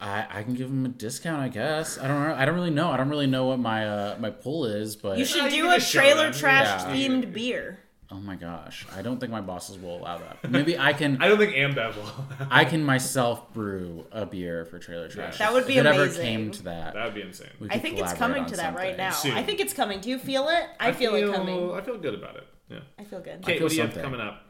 Speaker 8: I, I can give them a discount, I guess. I don't know. I don't really know. I don't really know what my uh, my pull is, but
Speaker 6: You should
Speaker 7: you
Speaker 6: do
Speaker 7: can
Speaker 6: a
Speaker 7: just show
Speaker 6: trailer
Speaker 7: them.
Speaker 6: trash
Speaker 8: Yeah.
Speaker 6: themed beer.
Speaker 8: oh my gosh, I don't think my bosses will allow that. Maybe I can
Speaker 7: I don't think Ambev will.
Speaker 8: I can myself brew a beer for Trailer Trash.
Speaker 6: That would be
Speaker 8: if it ever
Speaker 6: amazing.
Speaker 8: came to that.
Speaker 7: that would be insane.
Speaker 8: we
Speaker 6: I
Speaker 8: could
Speaker 6: think it's
Speaker 8: collaborate
Speaker 6: coming
Speaker 8: on
Speaker 6: to that right
Speaker 8: something.
Speaker 6: now.
Speaker 7: Soon.
Speaker 6: I think it's coming. Do you feel it? I, feel, it coming.
Speaker 7: I feel good about it. Yeah.
Speaker 6: I feel good.
Speaker 7: Kate,
Speaker 8: feel
Speaker 7: what do you have
Speaker 8: something.
Speaker 7: coming up?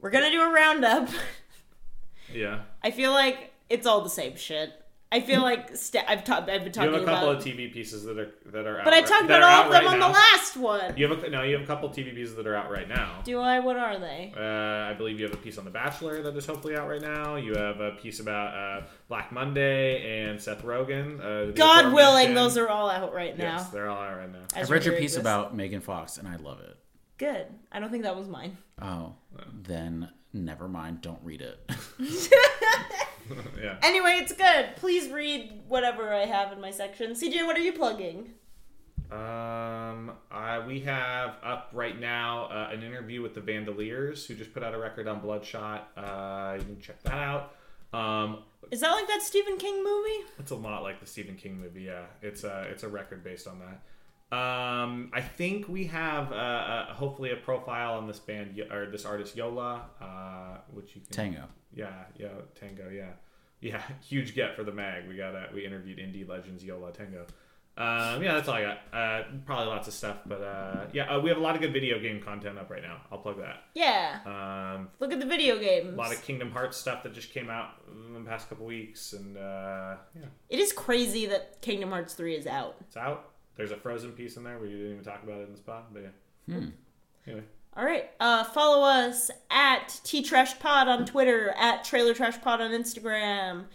Speaker 6: We're gonna do a roundup.
Speaker 7: Yeah.
Speaker 6: I feel like it's all the same shit. I feel like sta I've talked. I've been
Speaker 7: You
Speaker 6: talking
Speaker 7: have a couple
Speaker 6: about.
Speaker 7: of TV pieces that are that are out.
Speaker 6: but I
Speaker 7: right-
Speaker 6: talked
Speaker 7: that
Speaker 6: about
Speaker 7: are
Speaker 6: all
Speaker 7: out
Speaker 6: of them
Speaker 7: right
Speaker 6: on
Speaker 7: now.
Speaker 6: the last one.
Speaker 7: You have a, no, you have a couple TV pieces that are out right now.
Speaker 6: Do I? What are they?
Speaker 7: Uh, I believe you have a piece on The Bachelor that is hopefully out right now. You have a piece about uh, Black Monday and Seth Rogen. Uh, the
Speaker 6: God willing,
Speaker 7: aforementioned-
Speaker 6: those are all out right now.
Speaker 7: Yes, they're all out right now.
Speaker 8: I
Speaker 6: as
Speaker 8: read your
Speaker 6: we're
Speaker 8: piece
Speaker 6: doing this.
Speaker 8: about Megan Fox, and I love it.
Speaker 6: Good. I don't think that was mine.
Speaker 8: Oh, then never mind. Don't read it.
Speaker 7: Yeah.
Speaker 6: Anyway, it's good. Please read whatever I have in my section. CJ, what are you plugging?
Speaker 7: Um, I, we have up right now uh, an interview with the Vandaliers, who just put out a record on Bloodshot. Uh, you can check that out. Um,
Speaker 6: Is that like that Stephen King movie?
Speaker 7: It's a lot like the Stephen King movie. Yeah, it's a it's a record based on that. Um, I think we have uh, uh, hopefully a profile on this band Yo- or this artist Yola, uh, which you can
Speaker 8: Tango.
Speaker 7: Yeah, yeah, Tango. Yeah, yeah. Huge get for the mag. We got uh, we interviewed indie legends Yola Tango. Um, yeah, that's all I got. Uh, probably lots of stuff, but uh, yeah, uh, we have a lot of good video game content up right now. I'll plug that.
Speaker 6: Yeah.
Speaker 8: Uh,
Speaker 7: Um,
Speaker 6: Look at the video games.
Speaker 7: a lot of Kingdom Hearts stuff that just came out in the past couple weeks, and uh, yeah.
Speaker 6: It is crazy that Kingdom Hearts 3 is out.
Speaker 7: It's out. There's a frozen piece in there. We didn't even talk about it in the spot, but yeah. Anyway,
Speaker 6: All right. Uh, follow us at T Trash Pod on Twitter, at Trailer Trash Pod on Instagram.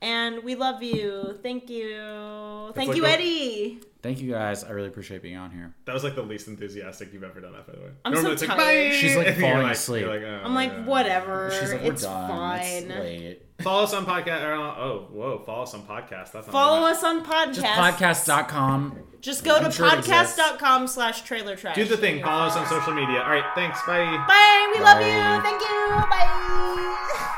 Speaker 6: And we love you. Thank you. Thank
Speaker 7: like
Speaker 6: you,
Speaker 7: the-
Speaker 6: Eddie.
Speaker 8: Thank you guys. I really appreciate being on here.
Speaker 7: that was like the least enthusiastic you've ever done that, by the way.
Speaker 6: I'm so
Speaker 7: it's like,
Speaker 6: tired.
Speaker 7: "Bye!"
Speaker 8: She's, like,
Speaker 7: You're
Speaker 8: falling
Speaker 7: you're
Speaker 8: asleep.
Speaker 7: like, "Oh,
Speaker 6: I'm like,
Speaker 7: yeah."
Speaker 6: whatever.
Speaker 8: She's like, we're
Speaker 6: it's
Speaker 8: done.
Speaker 6: fine.
Speaker 8: It's late.
Speaker 7: Follow us on podcast. Or, uh, oh, whoa! Follow us on podcast. That's not
Speaker 6: Follow
Speaker 7: right.
Speaker 6: us on podcast.
Speaker 8: Just podcast.com.
Speaker 6: Just go to
Speaker 8: I'm sure it exists.
Speaker 6: podcast.com slash trailer trash.
Speaker 7: Do the thing. Follow us on social media. All right. Thanks. Bye.
Speaker 6: Bye. We love you.
Speaker 8: Bye.
Speaker 6: Thank you. Bye.